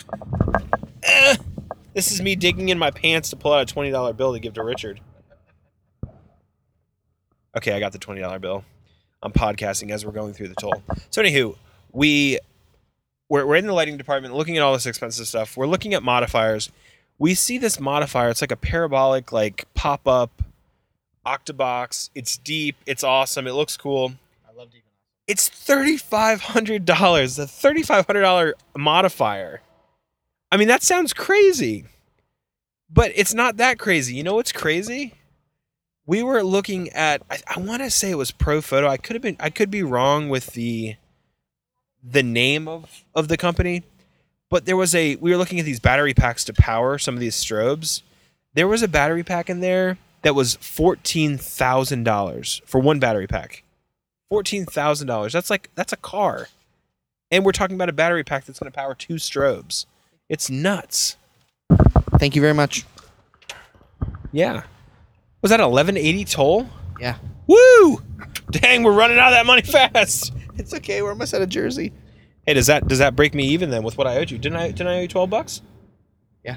Speaker 2: Eh, This is me digging in my pants to pull out a twenty dollar bill to give to Richard. Okay, I got the twenty dollar bill. I'm podcasting as we're going through the toll. So anywho, we we're, we're in the lighting department looking at all this expensive stuff. We're looking at modifiers. We see this modifier. It's like a parabolic, like pop up octobox. It's deep. It's awesome. It looks cool.
Speaker 4: I love Deacon.
Speaker 2: It's thirty five hundred dollars. The thirty five hundred dollar modifier. I mean, that sounds crazy, but it's not that crazy. You know what's crazy? We were looking at. I, I want to say it was Pro Photo. I could have been. I could be wrong with the the name of of the company, but there was a. We were looking at these battery packs to power some of these strobes. There was a battery pack in there that was fourteen thousand dollars for one battery pack fourteen thousand dollars. That's like that's a car, and we're talking about a battery pack that's going to power two strobes. It's nuts.
Speaker 1: Thank you very much.
Speaker 2: Yeah. Was that eleven eighty toll?
Speaker 1: Yeah.
Speaker 2: Woo! Dang, we're running out of that money fast.
Speaker 1: It's okay. We're almost out of Jersey.
Speaker 2: Hey, does that does that break me even then with what I owed you? Didn't I didn't I owe you twelve bucks?
Speaker 1: Yeah.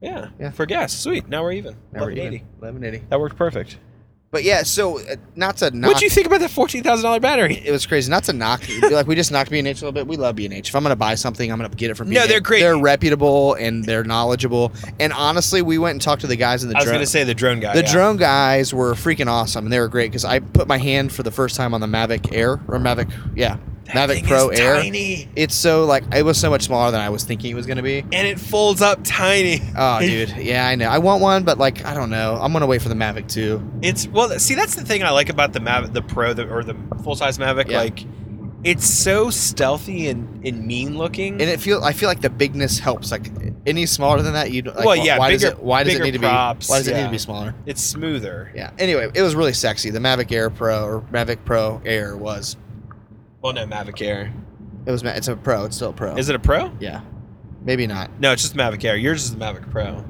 Speaker 2: Yeah.
Speaker 1: Yeah.
Speaker 2: For gas, sweet. Now we're even.
Speaker 1: Now we're even.
Speaker 2: 11.80.
Speaker 1: 1180.
Speaker 2: That worked perfect.
Speaker 1: But yeah, so uh, not to knock.
Speaker 2: What'd you think about that fourteen thousand dollar battery?
Speaker 1: it was crazy. Not to knock, like we just knocked B and H a little bit. We love B and H. If I'm gonna buy something, I'm gonna get it from.
Speaker 2: No,
Speaker 1: B&H.
Speaker 2: they're great.
Speaker 1: They're reputable and they're knowledgeable. And honestly, we went and talked to the guys in the
Speaker 2: I was
Speaker 1: drone.
Speaker 2: gonna say the drone guy.
Speaker 1: the
Speaker 2: yeah.
Speaker 1: drone guys were freaking awesome and they were great because I put my hand for the first time on the Mavic Air or Mavic, yeah,
Speaker 2: That
Speaker 1: Mavic
Speaker 2: thing
Speaker 1: Pro
Speaker 2: is
Speaker 1: Air.
Speaker 2: Tiny.
Speaker 1: It's so like it was so much smaller than I was thinking it was gonna be.
Speaker 2: and it folds up tiny.
Speaker 1: Oh, dude, yeah, I know. I want one, but like I don't know. I'm gonna wait for the Mavic too.
Speaker 2: It's well, see, that's the thing I like about the Mavic, the Pro, the, or the full size Mavic.
Speaker 1: Yeah.
Speaker 2: Like, it's so stealthy and, and mean looking.
Speaker 1: And it feel I feel like the bigness helps. Like any smaller than that, you like,
Speaker 2: Well, yeah,
Speaker 1: Why
Speaker 2: bigger-
Speaker 1: does it? Why does it
Speaker 2: bigger
Speaker 1: need to
Speaker 2: props,
Speaker 1: be? Why does it need
Speaker 2: yeah.
Speaker 1: to be smaller?
Speaker 2: it's smoother.
Speaker 1: Yeah. Anyway, it was really sexy. The Mavic Air Pro or Mavic Pro Air was.
Speaker 2: Well, no, Mavic Air.
Speaker 1: It was. ma- It's a Pro. It's still a Pro.
Speaker 2: Is it a Pro?
Speaker 1: Yeah. Maybe not.
Speaker 2: No, it's just Mavic Air. Yours is the Mavic Pro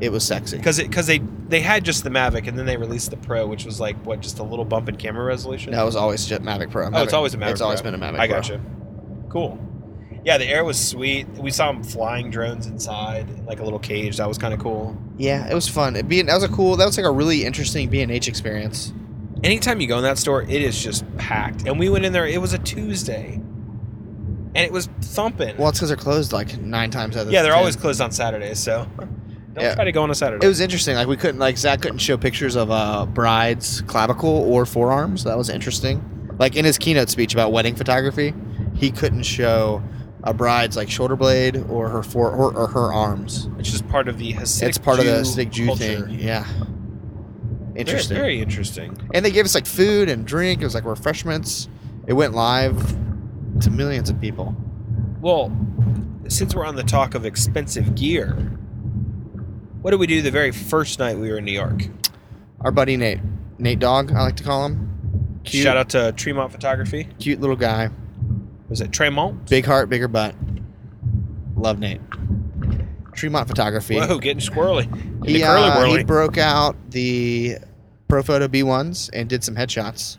Speaker 1: It was sexy.
Speaker 2: because because they they had just the Mavic and then they released the Pro, which was like what just a little bump in camera resolution.
Speaker 1: No, it was always just Mavic Pro.
Speaker 2: oh, it's always a Mavic.
Speaker 1: It's always
Speaker 2: Pro.
Speaker 1: been a Mavic.
Speaker 2: I
Speaker 1: Pro.
Speaker 2: gotcha. Cool. Yeah, the air was sweet. We saw them flying drones inside, like a little cage. That was kind of cool.
Speaker 1: Yeah, it was fun. It being that was a cool. That was like a really interesting B and H experience.
Speaker 2: anytime you go in that store, it is just packed. And we went in there, it was a Tuesday. And it was thumping.
Speaker 1: Well, it's because they're closed like nine times out of
Speaker 2: yeah, they're
Speaker 1: 10.
Speaker 2: always closed on Saturdays, so don't
Speaker 1: Yeah.
Speaker 2: try to go on a Saturday.
Speaker 1: It was interesting. Like we couldn't like Zach couldn't show pictures of uh, bride's clavicle or forearms. That was interesting. Like in his keynote speech about wedding photography, he couldn't show a bride's like shoulder blade or her fore or, or her arms.
Speaker 2: it's just part of the Hasidic
Speaker 1: it's part
Speaker 2: Jew
Speaker 1: of the Hasidic Jew
Speaker 2: culture.
Speaker 1: thing. Yeah.
Speaker 2: Very,
Speaker 1: Interesting.
Speaker 2: very interesting.
Speaker 1: And they gave us like food and drink. It was like refreshments. It went live to millions of people.
Speaker 2: Well, since we're on the talk of expensive gear, what did we do the very first night we were in New York?
Speaker 1: Our buddy Nate, Nate Dog, I like to call him. Cute,
Speaker 2: Shout out to Tremont Photography.
Speaker 1: cute little guy.
Speaker 2: Was it Tremont?
Speaker 1: Big heart, bigger butt. Love Nate. Tremont Photography.
Speaker 2: Whoa, getting squirrely. Into
Speaker 1: He,
Speaker 2: curly
Speaker 1: uh,
Speaker 2: whirly.
Speaker 1: he broke out the Profoto B1s and did some headshots.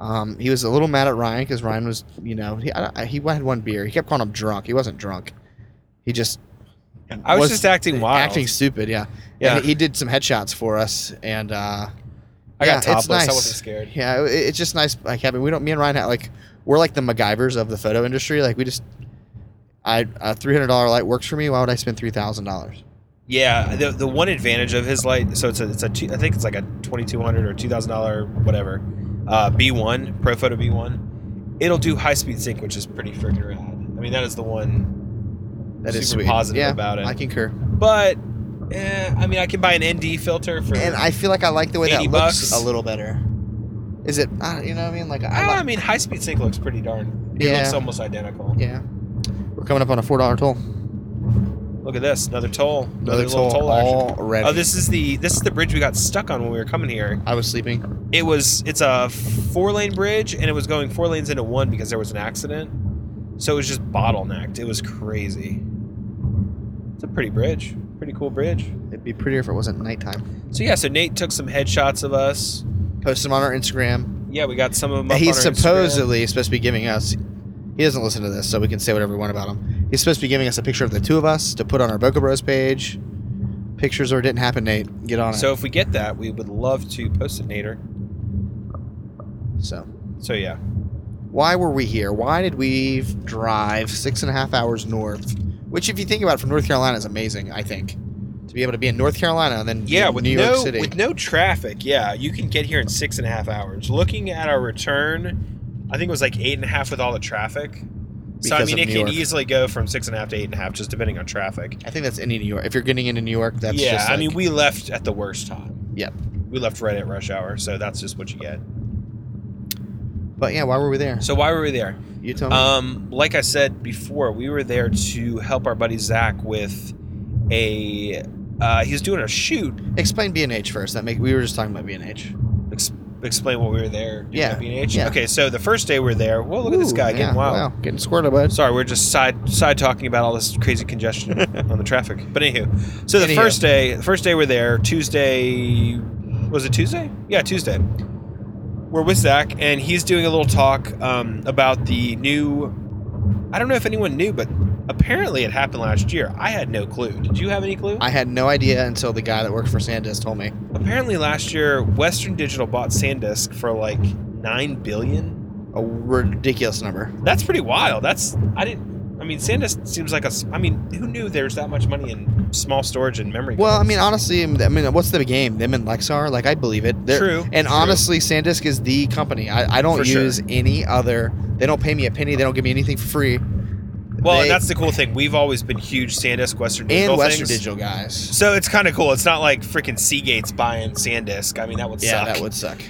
Speaker 1: Um, he was a little mad at Ryan because Ryan was, you know, he, I, I- he had one beer. He kept calling him drunk. He wasn't drunk. He just
Speaker 2: I was,
Speaker 1: was
Speaker 2: just acting wild.
Speaker 1: acting stupid. Yeah,
Speaker 2: Yeah.
Speaker 1: And he did some headshots for us, and uh,
Speaker 2: I
Speaker 1: yeah,
Speaker 2: got
Speaker 1: it's
Speaker 2: topless.
Speaker 1: nice.
Speaker 2: I wasn't scared.
Speaker 1: Yeah, it, it's just nice. Like having we don't. Me and Ryan had like we're like the MacGyvers of the photo industry. Like we just, I a three hundred dollar light works for me. Why would I spend three thousand dollars?
Speaker 2: Yeah, the, the one advantage of his light, so it's a, it's a two, I think it's like a twenty two hundred or two thousand dollar whatever, uh, B one Pro Photo B one. It'll do high speed sync, which is pretty freaking rad. I mean, that is the one,
Speaker 1: That is
Speaker 2: Super
Speaker 1: sweet.
Speaker 2: positive
Speaker 1: yeah,
Speaker 2: about it.
Speaker 1: I concur.
Speaker 2: but eh, I mean, I can buy an ND filter for.
Speaker 1: And I feel like I like the way that
Speaker 2: 80
Speaker 1: looks
Speaker 2: bucks.
Speaker 1: a little better. Is it? Uh, you know what I mean? Like I
Speaker 2: Ah, I
Speaker 1: like.
Speaker 2: mean, high speed sync looks pretty darn. It
Speaker 1: Yeah.
Speaker 2: looks almost identical.
Speaker 1: Yeah. We're coming up on a four dollar toll.
Speaker 2: Look at this, another toll,
Speaker 1: Another
Speaker 2: little
Speaker 1: toll,
Speaker 2: action.
Speaker 1: already.
Speaker 2: Oh, this is the this is the bridge we got stuck on when we were coming here.
Speaker 1: I was sleeping.
Speaker 2: it was it's a four lane bridge and it was going four lanes into one because there was an accident so it was just bottlenecked it was crazy it's a pretty bridge pretty cool bridge
Speaker 1: It'd be prettier if it wasn't nighttime.
Speaker 2: so yeah so nate took some headshots of us
Speaker 1: Post them on our Instagram.
Speaker 2: yeah we got some of them
Speaker 1: And
Speaker 2: up
Speaker 1: he's
Speaker 2: on our Instagram.
Speaker 1: supposedly supposed to be giving us. He doesn't listen to this, so we can say whatever we want about him. He's supposed to be giving us a picture of the two of us to put on our Boca Bros page. Pictures or didn't happen, Nate. Get on it.
Speaker 2: So if we get that, we would love to post it, Nader.
Speaker 1: so,
Speaker 2: So yeah,
Speaker 1: why were we here? Why did we drive six and a half hours north? Which, if you think about it, from North Carolina is amazing. I think to be able to be in North Carolina and then be
Speaker 2: yeah,
Speaker 1: in
Speaker 2: with
Speaker 1: New
Speaker 2: no
Speaker 1: York City.
Speaker 2: with no traffic, yeah, you can get here in six and a half hours. Looking at our return, I think it was like eight and a half with all the traffic. so I
Speaker 1: Because
Speaker 2: mean,
Speaker 1: of
Speaker 2: it
Speaker 1: New
Speaker 2: can
Speaker 1: York.
Speaker 2: easily go from six and a half to eight and a half, just depending on traffic.
Speaker 1: I think that's any New York. If you're getting into New York, that's
Speaker 2: yeah,
Speaker 1: just
Speaker 2: I mean,
Speaker 1: like-
Speaker 2: we left at the worst time.
Speaker 1: Yep.
Speaker 2: We left right at rush hour, so that's just what you get.
Speaker 1: but yeah, why were we there?
Speaker 2: So why were we there?
Speaker 1: You tell me.
Speaker 2: Um, like I said before, we were there to help our buddy Zach with a. Uh, he was doing a shoot.
Speaker 1: Explain B and H first. That make we were just talking about B and H.
Speaker 2: Ex- explain what we were there. doing
Speaker 1: Yeah,
Speaker 2: at B&H.
Speaker 1: yeah.
Speaker 2: Okay, so the first day we were there. Well, look at this guy getting wild.
Speaker 1: getting squirted, bud.
Speaker 2: Sorry, we're just side side talking about all this crazy congestion on the traffic. But anywho, so the
Speaker 1: Anywho.
Speaker 2: first day, the first day we're there. Tuesday was it Tuesday? Yeah, Tuesday. We're with Zach, and he's doing a little talk um, about the new. I don't know if anyone knew, but apparently it happened last year. I had no clue. Did you have any clue?
Speaker 1: I had no idea until the guy that worked for Sandisk told me.
Speaker 2: apparently last year, Western Digital bought SanDisk for like nine billion.
Speaker 1: A ridiculous number.
Speaker 2: That's pretty wild. That's I didn't. I mean, SanDisk seems like a. s- I mean, who knew there's that much money in small storage and memory?
Speaker 1: Well, I
Speaker 2: cards?
Speaker 1: mean, honestly, I mean, what's the game? Them and Lexar? Like, I believe it. They're,
Speaker 2: true.
Speaker 1: And
Speaker 2: true.
Speaker 1: honestly, Sandisk is the company. I, I don't
Speaker 2: For sure.
Speaker 1: use any other. They don't pay me a penny. They don't give me anything for free.
Speaker 2: well,
Speaker 1: they-
Speaker 2: that's the cool thing. We've always been huge SanDisk Western Digital
Speaker 1: And Western
Speaker 2: things.
Speaker 1: Digital guys.
Speaker 2: So it's kind of cool. It's not like freaking Seagate's buying SanDisk. I mean, that would
Speaker 1: Yeah,
Speaker 2: suck.
Speaker 1: that would suck.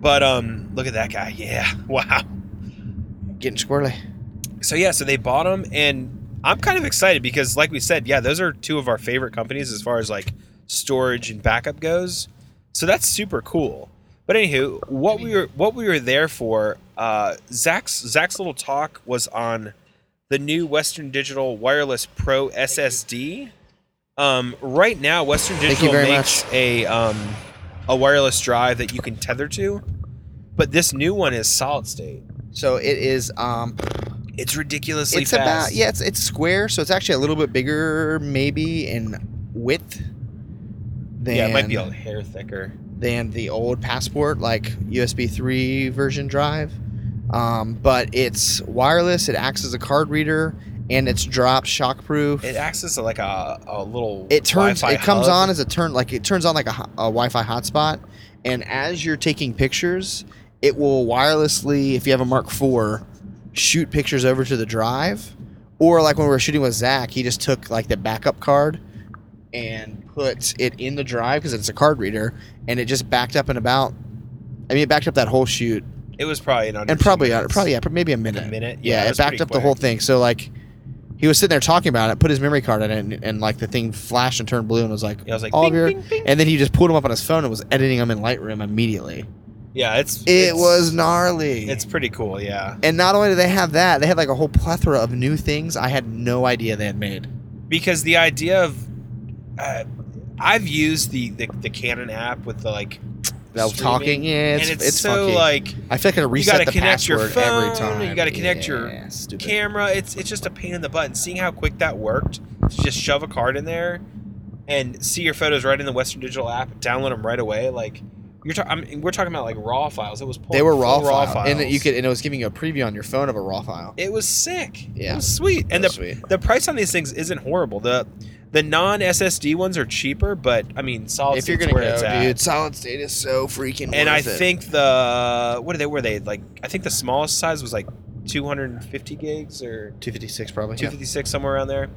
Speaker 2: But um, look at that guy. Yeah. Wow.
Speaker 1: Getting squirrely.
Speaker 2: So yeah, so they bought them, and I'm kind of excited because, like we said, yeah, those are two of our favorite companies as far as like storage and backup goes. So that's super cool. But anywho, what we were what we were there for, uh, Zach's Zach's little talk was on the new Western Digital Wireless Pro SSD. Um, right now, Western
Speaker 1: you
Speaker 2: Digital
Speaker 1: very
Speaker 2: makes a um, a wireless drive that you can tether to, but this new one is solid state.
Speaker 1: So it is. Um,
Speaker 2: It's ridiculously
Speaker 1: it's
Speaker 2: fast.
Speaker 1: about yeah. It's it's square, so it's actually a little bit bigger, maybe in width. Than,
Speaker 2: yeah, it might be a hair thicker.
Speaker 1: than the old passport like USB 3 version drive. Um, but it's wireless, it acts as a card reader, and it's drop shockproof.
Speaker 2: It
Speaker 1: It,
Speaker 2: acts as like a, a little.
Speaker 1: turns
Speaker 2: Wi-Fi
Speaker 1: it comes
Speaker 2: hub.
Speaker 1: on as a turn like it turns on like a, ho- a Wi-Fi hotspot and as you're taking pictures, it will wirelessly if you have a Mark 4 shoot pictures over to the drive or like when we were shooting with Zach, he just took like the backup card and put it in the drive because it's a card reader, and it just backed up and about. I mean, it backed up that whole shoot,
Speaker 2: It was probably in under
Speaker 1: and
Speaker 2: two
Speaker 1: probably uh,
Speaker 2: minutes.
Speaker 1: probably yeah, maybe a
Speaker 2: In
Speaker 1: minute.
Speaker 2: a minute.
Speaker 1: Yeah, it
Speaker 2: was pretty
Speaker 1: backed up the whole
Speaker 2: quick.
Speaker 1: thing. So like, he was sitting there talking about it, put his memory card in it, and, and like the thing flashed and turned blue, and was like,
Speaker 2: Yeah, I was like,
Speaker 1: all
Speaker 2: "Bing,
Speaker 1: of your,
Speaker 2: bing, bing."
Speaker 1: and then he just pulled them up on his phone and was editing them in Lightroom immediately.
Speaker 2: yeah, it's
Speaker 1: It
Speaker 2: it's-
Speaker 1: was gnarly.
Speaker 2: It's pretty cool. Yeah,
Speaker 1: and not only do they have that, they had like a whole plethora of new things I had no idea they had made.
Speaker 2: because the idea of uh, I've used the, the the Canon app with the like
Speaker 1: That was
Speaker 2: streaming,
Speaker 1: talking, yeah, it's,
Speaker 2: and it's,
Speaker 1: it's
Speaker 2: so
Speaker 1: funky.
Speaker 2: like
Speaker 1: I feel like I reset
Speaker 2: gotta
Speaker 1: the
Speaker 2: connect your
Speaker 1: password every
Speaker 2: phone,
Speaker 1: time.
Speaker 2: you gotta connect your
Speaker 1: Yeah, stupid.
Speaker 2: camera. It's it's just a pain in the butt. And seeing how quick that worked to just shove a card in there and see your photos right in the Western Digital app, download them right away. Like you're talking, I mean, we're talking about like raw files. It was pulling
Speaker 1: they were
Speaker 2: full
Speaker 1: raw, file, and it- you could, and it was giving you a preview on your phone of a raw file.
Speaker 2: It was sick.
Speaker 1: Yeah.
Speaker 2: it was sweet. And the
Speaker 1: That's sweet.
Speaker 2: the price on these things isn't horrible. The the non SSD ones are cheaper, but I mean, solid.
Speaker 1: if you're
Speaker 2: state's
Speaker 1: gonna
Speaker 2: where
Speaker 1: go,
Speaker 2: it's at.
Speaker 1: dude, solid state is so freaking.
Speaker 2: and I
Speaker 1: worth it.
Speaker 2: think the what are they? Were they like? I think the smallest size was like 250 gigs or
Speaker 1: 256 probably. yeah.
Speaker 2: 256 somewhere around there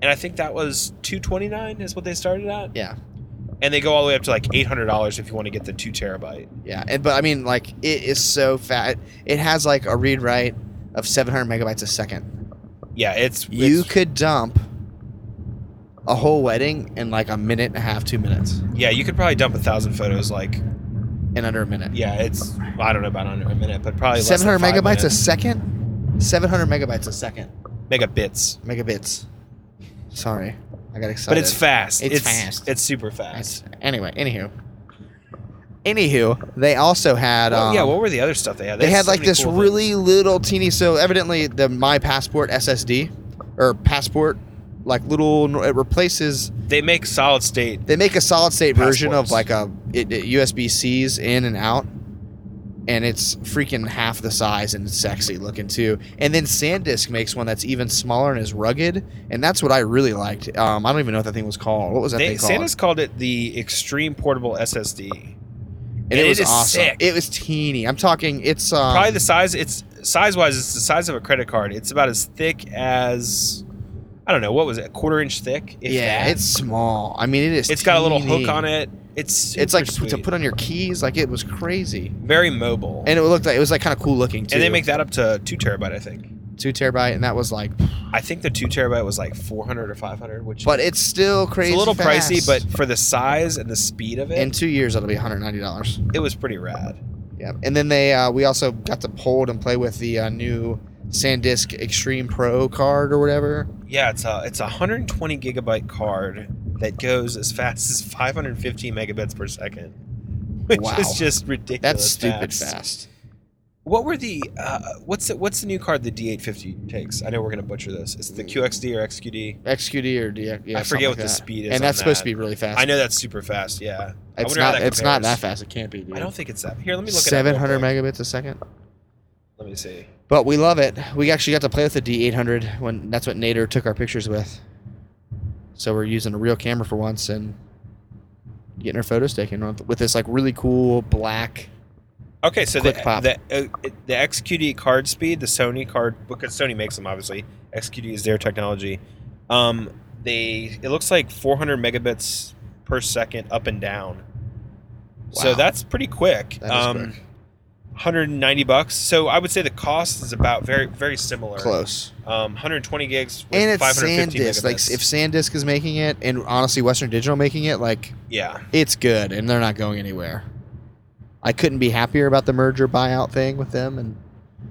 Speaker 2: and i think that was 229 is what they started at
Speaker 1: Yeah.
Speaker 2: and they go all the way up to like $800 if you want to get the 2 terabyte
Speaker 1: Yeah, and but I mean, like, it is so fat. It has like a read write of 700 megabytes a second.
Speaker 2: yeah it's,
Speaker 1: You
Speaker 2: it's-
Speaker 1: could dump a whole wedding in like a minute and a half, two minutes,
Speaker 2: yeah you could probably dump a thousand photos like
Speaker 1: in under a minute.
Speaker 2: yeah it's i don't know about under a minute but probably less than
Speaker 1: 700
Speaker 2: five
Speaker 1: megabytes a
Speaker 2: minutes.
Speaker 1: second. 700 megabytes a second.
Speaker 2: megabits
Speaker 1: megabits. Sorry, I got excited.
Speaker 2: but it's fast
Speaker 1: It's
Speaker 2: it's,
Speaker 1: fast.
Speaker 2: it's super fast
Speaker 1: It's- anyway, anywho, Anywho, they also had
Speaker 2: Well,
Speaker 1: um,
Speaker 2: yeah, what were the other stuff they had?
Speaker 1: they had
Speaker 2: so
Speaker 1: like
Speaker 2: many
Speaker 1: this
Speaker 2: cool things.
Speaker 1: really little teeny. So evidently, the My Passport SSD or passport, like little, it replaces.
Speaker 2: They make solid state.
Speaker 1: They make a solid state version of like
Speaker 2: Passports.
Speaker 1: a it, it USB C's in and out, and it's freaking half the size and it's sexy looking too. And then SanDisk makes one that's even smaller and is rugged, and that's what I really liked. Um, I don't even know what that thing was called. What was that
Speaker 2: They,
Speaker 1: thing called?
Speaker 2: Santa's called it the Extreme Portable SSD.
Speaker 1: and it,
Speaker 2: it
Speaker 1: was
Speaker 2: is
Speaker 1: awesome.
Speaker 2: sick.
Speaker 1: It was teeny. I'm talking. It's um,
Speaker 2: Probably the size. It's size wise. It's the size of a credit card. It's about as thick as I don't know what was it, a quarter inch thick. If
Speaker 1: yeah,
Speaker 2: that.
Speaker 1: it's small. I mean, it is.
Speaker 2: it's got a little
Speaker 1: teeny.
Speaker 2: hook on it. It's super
Speaker 1: it's like
Speaker 2: sweet.
Speaker 1: to put on your keys. Like it was crazy,
Speaker 2: very mobile.
Speaker 1: and it looked like it was like kind of cool looking too.
Speaker 2: and they make that up to two terabyte, I think.
Speaker 1: two terabyte, and that was like,
Speaker 2: I think the two terabyte was like four hundred or five hundred, which
Speaker 1: but it's still crazy.
Speaker 2: it's a little pricey.
Speaker 1: fast.
Speaker 2: But for the size and the speed of it,
Speaker 1: in two years it'll be 190 dollars.
Speaker 2: it was pretty rad.
Speaker 1: Yeah, and then they uh, we also got to hold and play with the uh, new SanDisk Extreme Pro card or whatever.
Speaker 2: Yeah, it's a it's a 120 gigabyte card that goes as fast as 515 megabits per second, which
Speaker 1: Wow.
Speaker 2: is just ridiculous.
Speaker 1: That's stupid
Speaker 2: fast.
Speaker 1: fast.
Speaker 2: What were the uh, what's the, what's the new card the D850 takes? I know we're gonna butcher this. It's the QXD or XQD.
Speaker 1: XQD or DX. Yeah,
Speaker 2: I
Speaker 1: something
Speaker 2: forget what
Speaker 1: like
Speaker 2: the
Speaker 1: that.
Speaker 2: speed is.
Speaker 1: And
Speaker 2: on
Speaker 1: that's supposed
Speaker 2: that.
Speaker 1: to be really fast.
Speaker 2: I know that's super fast. Yeah,
Speaker 1: It's
Speaker 2: wonder how
Speaker 1: not.
Speaker 2: that
Speaker 1: It's not
Speaker 2: compares.
Speaker 1: that fast. It can't be. Dude.
Speaker 2: I don't think it's that. Here, let me look. it up real
Speaker 1: 700
Speaker 2: quick.
Speaker 1: megabits a second.
Speaker 2: Let me see.
Speaker 1: But we love it. We actually got to play with the D800 when that's what Nader took our pictures with. So we're using a real camera for once and getting our photos taken with, with this like really cool black.
Speaker 2: Okay, so the,
Speaker 1: Quick pop.
Speaker 2: the uh, the XQD card speed, the Sony card because Sony makes them obviously. XQD is their technology. Um, they it looks like 400 megabits per second up and down. So
Speaker 1: Wow.
Speaker 2: that's pretty quick.
Speaker 1: That is
Speaker 2: um,
Speaker 1: quick.
Speaker 2: 190 bucks. So I would say the cost is about very very similar.
Speaker 1: close.
Speaker 2: Um, 120 gigs with
Speaker 1: And it's
Speaker 2: 550
Speaker 1: SanDisk. Like
Speaker 2: megabits.
Speaker 1: if SanDisk is making it, and honestly Western Digital making it, like
Speaker 2: yeah.
Speaker 1: it's good, and they're not going anywhere. I couldn't be happier about the merger buyout thing with them, and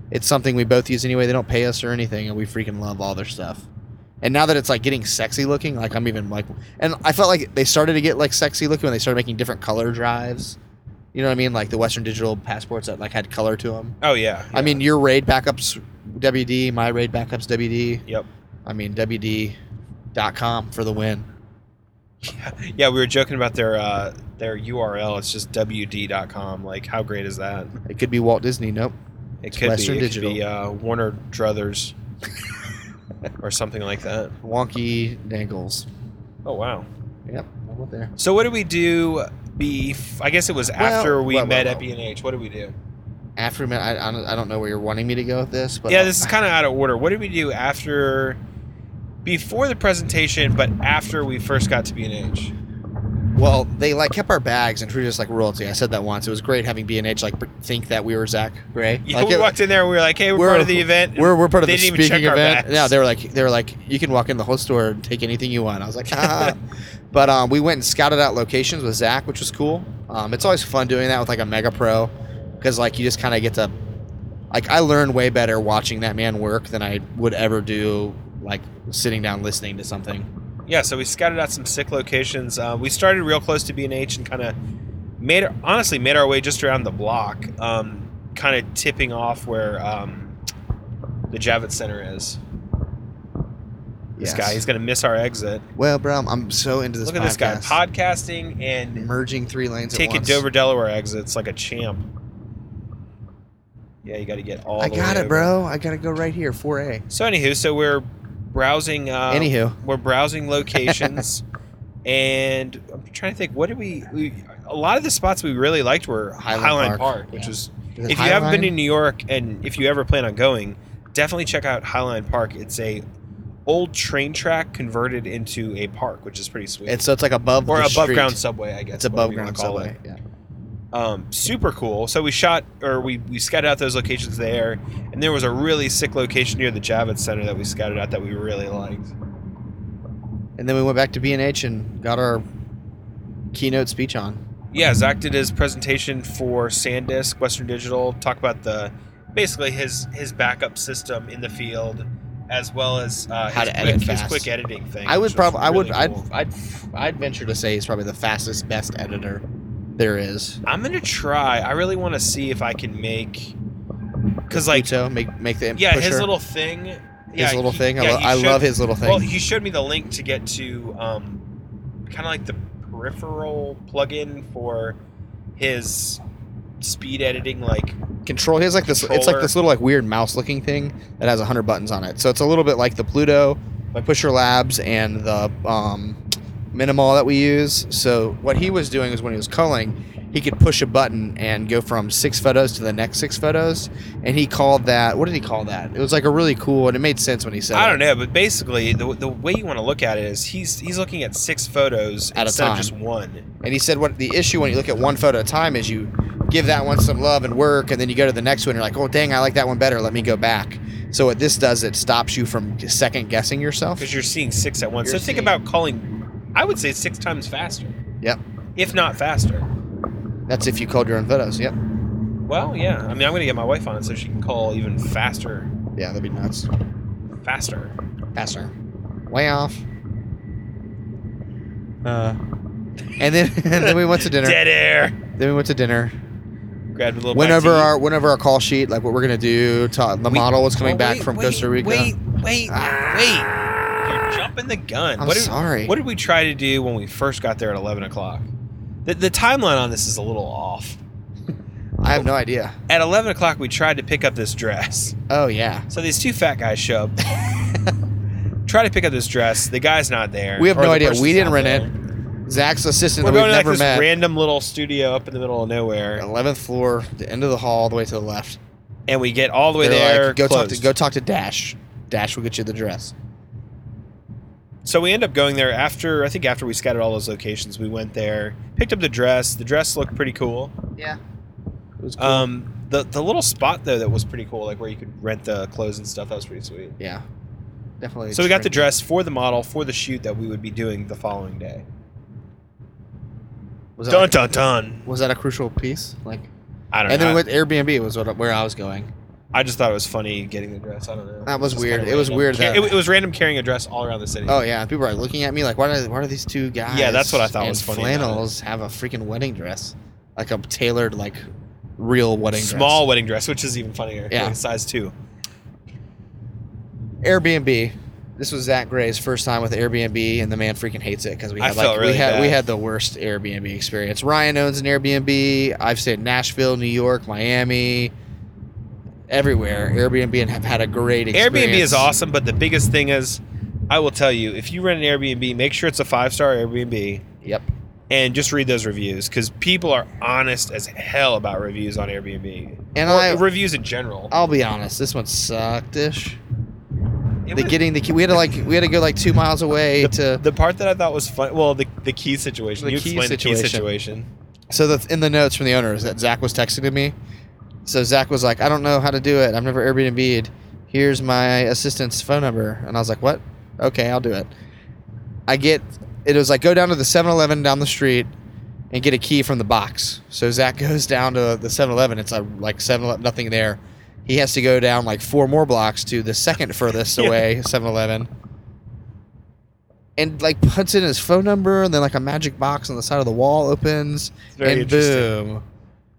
Speaker 1: it's something we both use anyway. They don't pay us or anything, and we freaking love all their stuff. And now that it's like getting sexy looking, like I'm even like, and I felt like they started to get like sexy looking when they started making different color drives. You know what I mean? Like the Western Digital passports that like had color to them.
Speaker 2: Oh yeah.
Speaker 1: I
Speaker 2: yeah.
Speaker 1: mean, your raid backups WD, my raid backups WD.
Speaker 2: Yep.
Speaker 1: I mean WD.com for the win.
Speaker 2: Yeah, we were joking about their uh, their URL. It's just wd.com. Like, how great is that?
Speaker 1: It could be Walt Disney. Nope.
Speaker 2: It could
Speaker 1: Western
Speaker 2: be. It could be
Speaker 1: Digital.
Speaker 2: uh, Warner Druthers or something like that.
Speaker 1: Wonky dangles.
Speaker 2: Oh wow.
Speaker 1: Yep. I'm up there.
Speaker 2: So what did we do? Beef. I guess it was after we
Speaker 1: well, well,
Speaker 2: met
Speaker 1: well.
Speaker 2: at BNH. What did we do?
Speaker 1: After we met, I, I don't- I don't know where you're wanting me to go with this, but uh,
Speaker 2: yeah, this is kind of out of order. What did we do after? Before the presentation, but after we first got to BNH.
Speaker 1: well, they like kept our bags and treated us like royalty. I said that once. It was great having B and H like think that we were Zach Gray.
Speaker 2: Yeah,
Speaker 1: Like,
Speaker 2: we
Speaker 1: it-
Speaker 2: walked in there and we were like, "Hey, we're,
Speaker 1: We're-
Speaker 2: part of the event."
Speaker 1: we're, we're part of
Speaker 2: They
Speaker 1: the
Speaker 2: didn't even check
Speaker 1: speaking
Speaker 2: our
Speaker 1: event.
Speaker 2: bags.
Speaker 1: Yeah, they were like they were like you can walk in the whole store and take anything you want. I was like, ah. but um, we went and scouted out locations with Zach, which was cool. Um, it's always fun doing that with like a mega pro, because like you just kind of get to, like I learned way better watching that man work than I would ever do like sitting down listening to something.
Speaker 2: yeah, so we scouted out some sick locations. Uh, we started real close to B&H and kind of made honestly made our way just around the block, um, kind of tipping off where um, the Javits Center is.
Speaker 1: Yes.
Speaker 2: This guy, he's gonna miss our exit.
Speaker 1: Well, bro, I'm, I'm so into this.
Speaker 2: Look at this guy
Speaker 1: podcast.
Speaker 2: podcasting and
Speaker 1: merging three lanes.
Speaker 2: taking
Speaker 1: at once.
Speaker 2: Dover Delaware exits like a champ. Yeah, you got to get all.
Speaker 1: I
Speaker 2: the
Speaker 1: got it,
Speaker 2: way over.
Speaker 1: bro. I gotta go right here. Four A.
Speaker 2: So anywho, so we're browsing. Uh,
Speaker 1: Anywho,
Speaker 2: we're browsing locations and i'm trying to think what did we, we a lot of the spots we really liked were
Speaker 1: Highland
Speaker 2: highland,
Speaker 1: Park,
Speaker 2: park, which
Speaker 1: yeah.
Speaker 2: was
Speaker 1: Is it
Speaker 2: if you haven't been
Speaker 1: Highline?
Speaker 2: to new york and if you ever plan on going definitely check out highland park it's a old train track converted into a park which is pretty sweet
Speaker 1: It's so it's like above
Speaker 2: or
Speaker 1: the
Speaker 2: above
Speaker 1: street.
Speaker 2: ground subway i guess
Speaker 1: It's
Speaker 2: is what
Speaker 1: above
Speaker 2: we wanna
Speaker 1: ground
Speaker 2: call it
Speaker 1: subway. Yeah.
Speaker 2: um, super cool. So we shot or we, we scouted out those locations there, and there was a really sick location near the Javits Center that we scouted out that we really liked.
Speaker 1: And then we went back to B and H and got our keynote speech on.
Speaker 2: Yeah, Zach did his presentation for SanDisk, Western Digital, talk about the basically his his backup system in the field, as well as uh,
Speaker 1: How
Speaker 2: his,
Speaker 1: to
Speaker 2: quick,
Speaker 1: edit
Speaker 2: his
Speaker 1: fast.
Speaker 2: quick editing thing.
Speaker 1: I would
Speaker 2: which was
Speaker 1: probably, I would,
Speaker 2: really cool.
Speaker 1: I'd, I'd, I'd venture to say he's probably the fastest, best editor there is.
Speaker 2: I'm gonna try. I really want to see if I can make, cause like
Speaker 1: Uto, make make the
Speaker 2: yeah, his
Speaker 1: pusher,
Speaker 2: little thing. Yeah,
Speaker 1: his little
Speaker 2: he-
Speaker 1: thing. I,
Speaker 2: yeah,
Speaker 1: lo-
Speaker 2: he
Speaker 1: I
Speaker 2: showed-
Speaker 1: love his little thing.
Speaker 2: Well, he showed me the link to get to um, kind of like the peripheral plugin for his speed editing. Like
Speaker 1: Control. He has like this. It's like
Speaker 2: Controller.
Speaker 1: this little like weird mouse looking thing that has hundred buttons on it. So it's a little bit like the Pluto, by Pusher Labs, and the um, Minimal that we use. So what he was doing is when he was culling, he could push a button and go from six photos to the next six photos. And he called that. What did he call that? It was like a really cool, and it made sense when he said.
Speaker 2: I
Speaker 1: it.
Speaker 2: don't know, but basically the, the way you want to look at it is he's he's looking at six photos
Speaker 1: At a
Speaker 2: instead
Speaker 1: time.
Speaker 2: of just one.
Speaker 1: And he said, "What the issue when you look at one photo at a time is you give that one some love and work, and then you go to the next one. You're like, oh dang, I like that one better. Let me go back." So what this does, it stops you from second guessing yourself.
Speaker 2: because you're seeing six at once.
Speaker 1: You're
Speaker 2: so think
Speaker 1: seeing-
Speaker 2: about calling. I would say six times faster.
Speaker 1: Yep.
Speaker 2: If not faster.
Speaker 1: That's if you called your own photos. Yep.
Speaker 2: Well, yeah. I mean, I'm gonna get my wife on it so she can call even faster,
Speaker 1: Yeah, that'd be nuts.
Speaker 2: faster.
Speaker 1: Faster. Way off. Uh. And then and then we went to dinner.
Speaker 2: Dead air.
Speaker 1: Then we went to dinner.
Speaker 2: Grabbed a little.
Speaker 1: Went over
Speaker 2: bite to eat.
Speaker 1: our went over our call sheet, like what we're gonna do. Ta- the
Speaker 2: We-
Speaker 1: model was coming
Speaker 2: Oh,
Speaker 1: back
Speaker 2: wait,
Speaker 1: from
Speaker 2: wait,
Speaker 1: Costa Rica.
Speaker 2: Wait, wait,
Speaker 1: Ah.
Speaker 2: wait! You're jumping the gun.
Speaker 1: I'm
Speaker 2: what did,
Speaker 1: sorry.
Speaker 2: What did we try to do when we first got there at 11 o'clock? The, the timeline on this is a little off.
Speaker 1: I have no idea.
Speaker 2: At 11 o'clock, we tried to pick up this dress.
Speaker 1: Oh yeah.
Speaker 2: So these two fat guys show up. try to pick up this dress. The guy's not there.
Speaker 1: We have
Speaker 2: or
Speaker 1: no
Speaker 2: the
Speaker 1: idea.
Speaker 2: person's
Speaker 1: We didn't
Speaker 2: not
Speaker 1: rent
Speaker 2: there.
Speaker 1: it. Zach's assistant
Speaker 2: We're
Speaker 1: that
Speaker 2: going
Speaker 1: we've
Speaker 2: to like
Speaker 1: never
Speaker 2: this
Speaker 1: met.
Speaker 2: random little studio up in the middle of nowhere,
Speaker 1: Eleventh floor, the end of the hall, the way to the left.
Speaker 2: and we get all the way
Speaker 1: They're
Speaker 2: there.
Speaker 1: like, go talk
Speaker 2: closed."
Speaker 1: to go talk to Dash. Dash will get you the dress.
Speaker 2: So we end up going there after I think after we scattered all those locations, we went there, picked up the dress. The dress looked pretty cool.
Speaker 1: Yeah. It was cool.
Speaker 2: Um, the the little spot though that was pretty cool, like where you could rent the clothes and stuff. That was pretty sweet.
Speaker 1: yeah. Definitely.
Speaker 2: So we got the
Speaker 1: trendy.
Speaker 2: dress for the model for the shoot that we would be doing the following day.
Speaker 1: Was that,
Speaker 2: Dun
Speaker 1: like,
Speaker 2: dun dun!
Speaker 1: was that a crucial piece? Like
Speaker 2: I don't
Speaker 1: And
Speaker 2: know.
Speaker 1: then with Airbnb was what, where I was going.
Speaker 2: I just thought it was funny getting the dress. I don't know.
Speaker 1: That was
Speaker 2: Just
Speaker 1: weird.
Speaker 2: kinda
Speaker 1: It was
Speaker 2: random.
Speaker 1: weird
Speaker 2: Ca-
Speaker 1: that-
Speaker 2: It, it was random carrying a dress all around the city.
Speaker 1: Oh yeah, people are looking at me like, why are why are these two guys?
Speaker 2: Yeah, that's what I thought
Speaker 1: in
Speaker 2: was funny about it.
Speaker 1: Flannels have a freaking wedding dress, like a tailored like real wedding
Speaker 2: small
Speaker 1: dress.
Speaker 2: wedding dress, which is even funnier.
Speaker 1: Yeah.
Speaker 2: like size two.
Speaker 1: Airbnb. This was Zach Gray's first time with Airbnb, and the man freaking hates it because we
Speaker 2: I
Speaker 1: had like
Speaker 2: felt really
Speaker 1: we had we
Speaker 2: bad.
Speaker 1: had the worst Airbnb experience. Ryan owns an Airbnb. I've stayed in Nashville, New York, Miami, everywhere. Airbnb and have had a great experience.
Speaker 2: Airbnb is awesome, but the biggest thing is, I will tell you, if you rent an Airbnb, make sure it's a five star Airbnb
Speaker 1: Yep.
Speaker 2: and just read those reviews because people are honest as hell about reviews on Airbnb.
Speaker 1: And
Speaker 2: Or
Speaker 1: I
Speaker 2: reviews in general.
Speaker 1: I'll be honest, this one sucked ish.
Speaker 2: It
Speaker 1: the
Speaker 2: was-
Speaker 1: getting the key. We had to like we had to go like two miles away to.
Speaker 2: the part that I thought was fun, well, the, the key situation.
Speaker 1: The
Speaker 2: you
Speaker 1: key
Speaker 2: explained the key situation.
Speaker 1: So the, in the notes from the owner is that Zach was texting to me. So Zach was like, "I don't know how to do it. I've never Airbnb'd. Here's my assistant's phone number." And I was like, "What? Okay, I'll do it." I get it was like go down to the 7-Eleven down the street and get a key from the box. So Zach goes down to the 7-Eleven. It's a, like 7 nothing there. He has to go down like four more blocks to the second furthest
Speaker 2: Yeah.
Speaker 1: away 7-Eleven. And like puts in his phone number, and then like a magic box on the side of the wall opens,
Speaker 2: It's very
Speaker 1: and
Speaker 2: interesting.
Speaker 1: boom,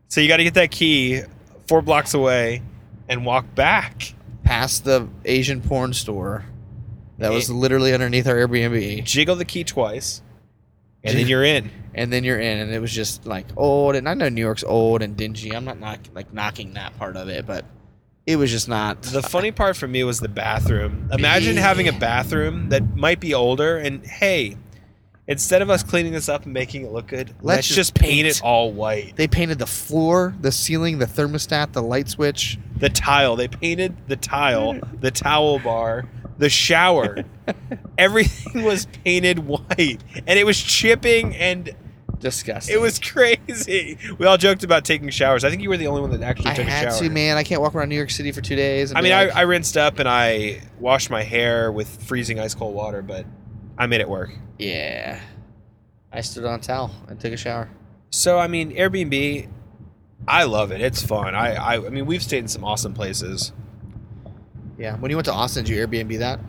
Speaker 2: So you got to get that key four blocks away and walk back.
Speaker 1: past the Asian porn store that was
Speaker 2: Eh.
Speaker 1: literally underneath our Airbnb,
Speaker 2: Jiggle the key twice, and then you're in.
Speaker 1: and then you're in, and it was just like old. And I know New York's old and dingy. I'm not knock, like knocking that part of it, but it was just not.
Speaker 2: The funny part for me was the bathroom. Imagine having a bathroom that might be older and hey, instead of us cleaning this up and making it look good, let's, just, paint it all white.
Speaker 1: they painted the floor, the ceiling, the thermostat, the light switch.
Speaker 2: The tile, they painted the tile, the towel bar, the shower. Everything was painted white and it was chipping and
Speaker 1: Disgusting.
Speaker 2: it was crazy. We all joked about taking showers. I think you were the only one that actually
Speaker 1: I
Speaker 2: took a
Speaker 1: had
Speaker 2: shower.
Speaker 1: to, man. I can't walk around New York City for two days. and
Speaker 2: I
Speaker 1: be
Speaker 2: mean,
Speaker 1: like-
Speaker 2: I, I rinsed up and I washed my hair with freezing ice cold water, but I made it work.
Speaker 1: yeah. I stood on a towel and took a shower.
Speaker 2: So I mean, Airbnb, I love it. It's fun. I I, I mean, we've stayed in some awesome places.
Speaker 1: Yeah. When you went to Austin, did you Airbnb that?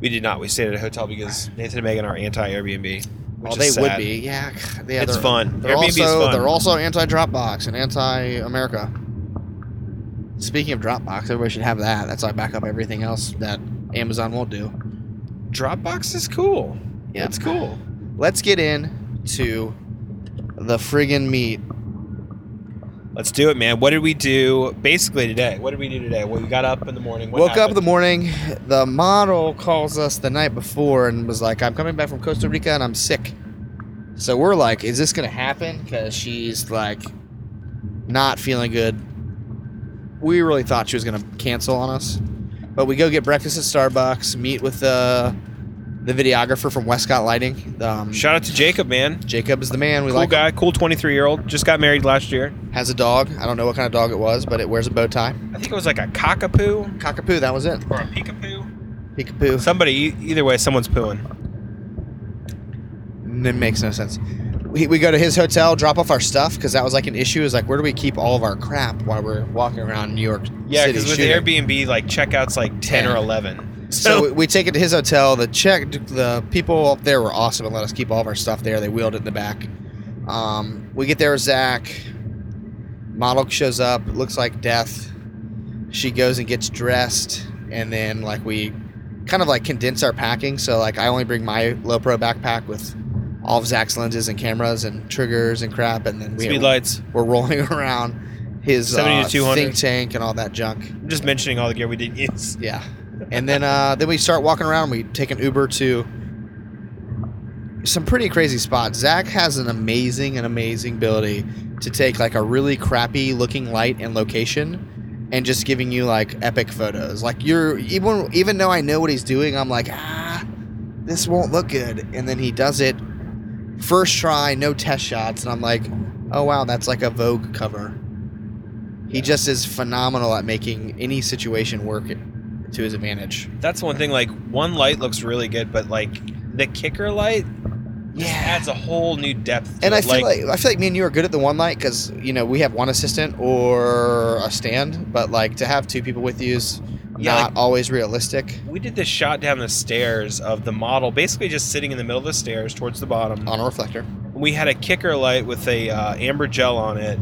Speaker 2: We did not. We stayed at a hotel because Nathan and Megan are anti Airbnb. which
Speaker 1: Well,
Speaker 2: is
Speaker 1: they would
Speaker 2: sad.
Speaker 1: be. Yeah, they
Speaker 2: It's
Speaker 1: they're-
Speaker 2: fun.
Speaker 1: They're
Speaker 2: Airbnb is
Speaker 1: also
Speaker 2: fun.
Speaker 1: they're also anti Dropbox and anti America. Speaking of Dropbox, everybody should have that. That's like back up everything else that Amazon won't do.
Speaker 2: Dropbox is cool.
Speaker 1: Yeah.
Speaker 2: It's cool.
Speaker 1: Let's get in to the friggin' meat.
Speaker 2: Let's do it, man. What did we do basically today? What did we do today? Well, we got up in the morning. What
Speaker 1: Woke up in
Speaker 2: happened?
Speaker 1: the morning. The model calls us the night before and was like, "I'm coming back from Costa Rica and I'm sick." So we're like, "Is this gonna happen?" Because she's like, not feeling good. We really thought she was gonna cancel on us, but we go get breakfast at Starbucks. Meet with the the videographer from Westcott Lighting. Um,
Speaker 2: Shout out to Jacob, man.
Speaker 1: Jacob is the man. We
Speaker 2: cool
Speaker 1: like. him.
Speaker 2: guy. Cool 23 year old. Just got married last year.
Speaker 1: Has a dog. I don't know what kind of dog it was, but it wears a bow tie.
Speaker 2: I think it was like a cockapoo
Speaker 1: Cockapoo. That was it.
Speaker 2: or a peekapoo.
Speaker 1: Peekapoo.
Speaker 2: Somebody, e- either way, someone's pooing.
Speaker 1: It makes no sense. We, we go to his hotel, drop off our stuff because that was like an issue. Is like, where do we keep all of our crap while we're walking around New York?
Speaker 2: Yeah,
Speaker 1: City
Speaker 2: because with
Speaker 1: shooting?
Speaker 2: Airbnb, like checkouts like 10 or
Speaker 1: Yeah.
Speaker 2: 11.
Speaker 1: So we- we take it to his hotel. The check, the people up there were awesome and let us keep all of our stuff there. They wheeled it in the back. Um, we get there, Zach. Model shows up. Looks like death. She goes and gets dressed, and then like we kind of like condense our packing. So like I only bring my low pro backpack with all of Zach's lenses and cameras and triggers and crap, and then we
Speaker 2: speed lights.
Speaker 1: we're rolling around his
Speaker 2: 70 to
Speaker 1: uh,
Speaker 2: 200.
Speaker 1: think tank and all that junk.
Speaker 2: I'm just mentioning all the gear we didn't use.
Speaker 1: Yeah. And then uh, then we start walking around. We take an Uber to some pretty crazy spots. Zach has an amazing, an amazing ability to take like a really crappy looking light and location, and just giving you like epic photos. Like you're even even though I know what he's doing, I'm like ah, this won't look good. And then he does it first try, no test shots, and I'm like, oh wow, that's like a Vogue cover. He just is phenomenal at making any situation work to his advantage.
Speaker 2: That's one thing. Like, one light looks really good, but like the kicker light just adds a whole new depth to
Speaker 1: And
Speaker 2: it.
Speaker 1: I feel like, I feel like me and you are good at the one light because you know we have one assistant or a stand, but like to have two people with you is
Speaker 2: Yeah,
Speaker 1: not
Speaker 2: like-
Speaker 1: always realistic
Speaker 2: We did this shot down the stairs of the model, basically just sitting in the middle of the stairs towards the bottom.
Speaker 1: on a reflector.
Speaker 2: We had a kicker light with a uh, amber gel on it,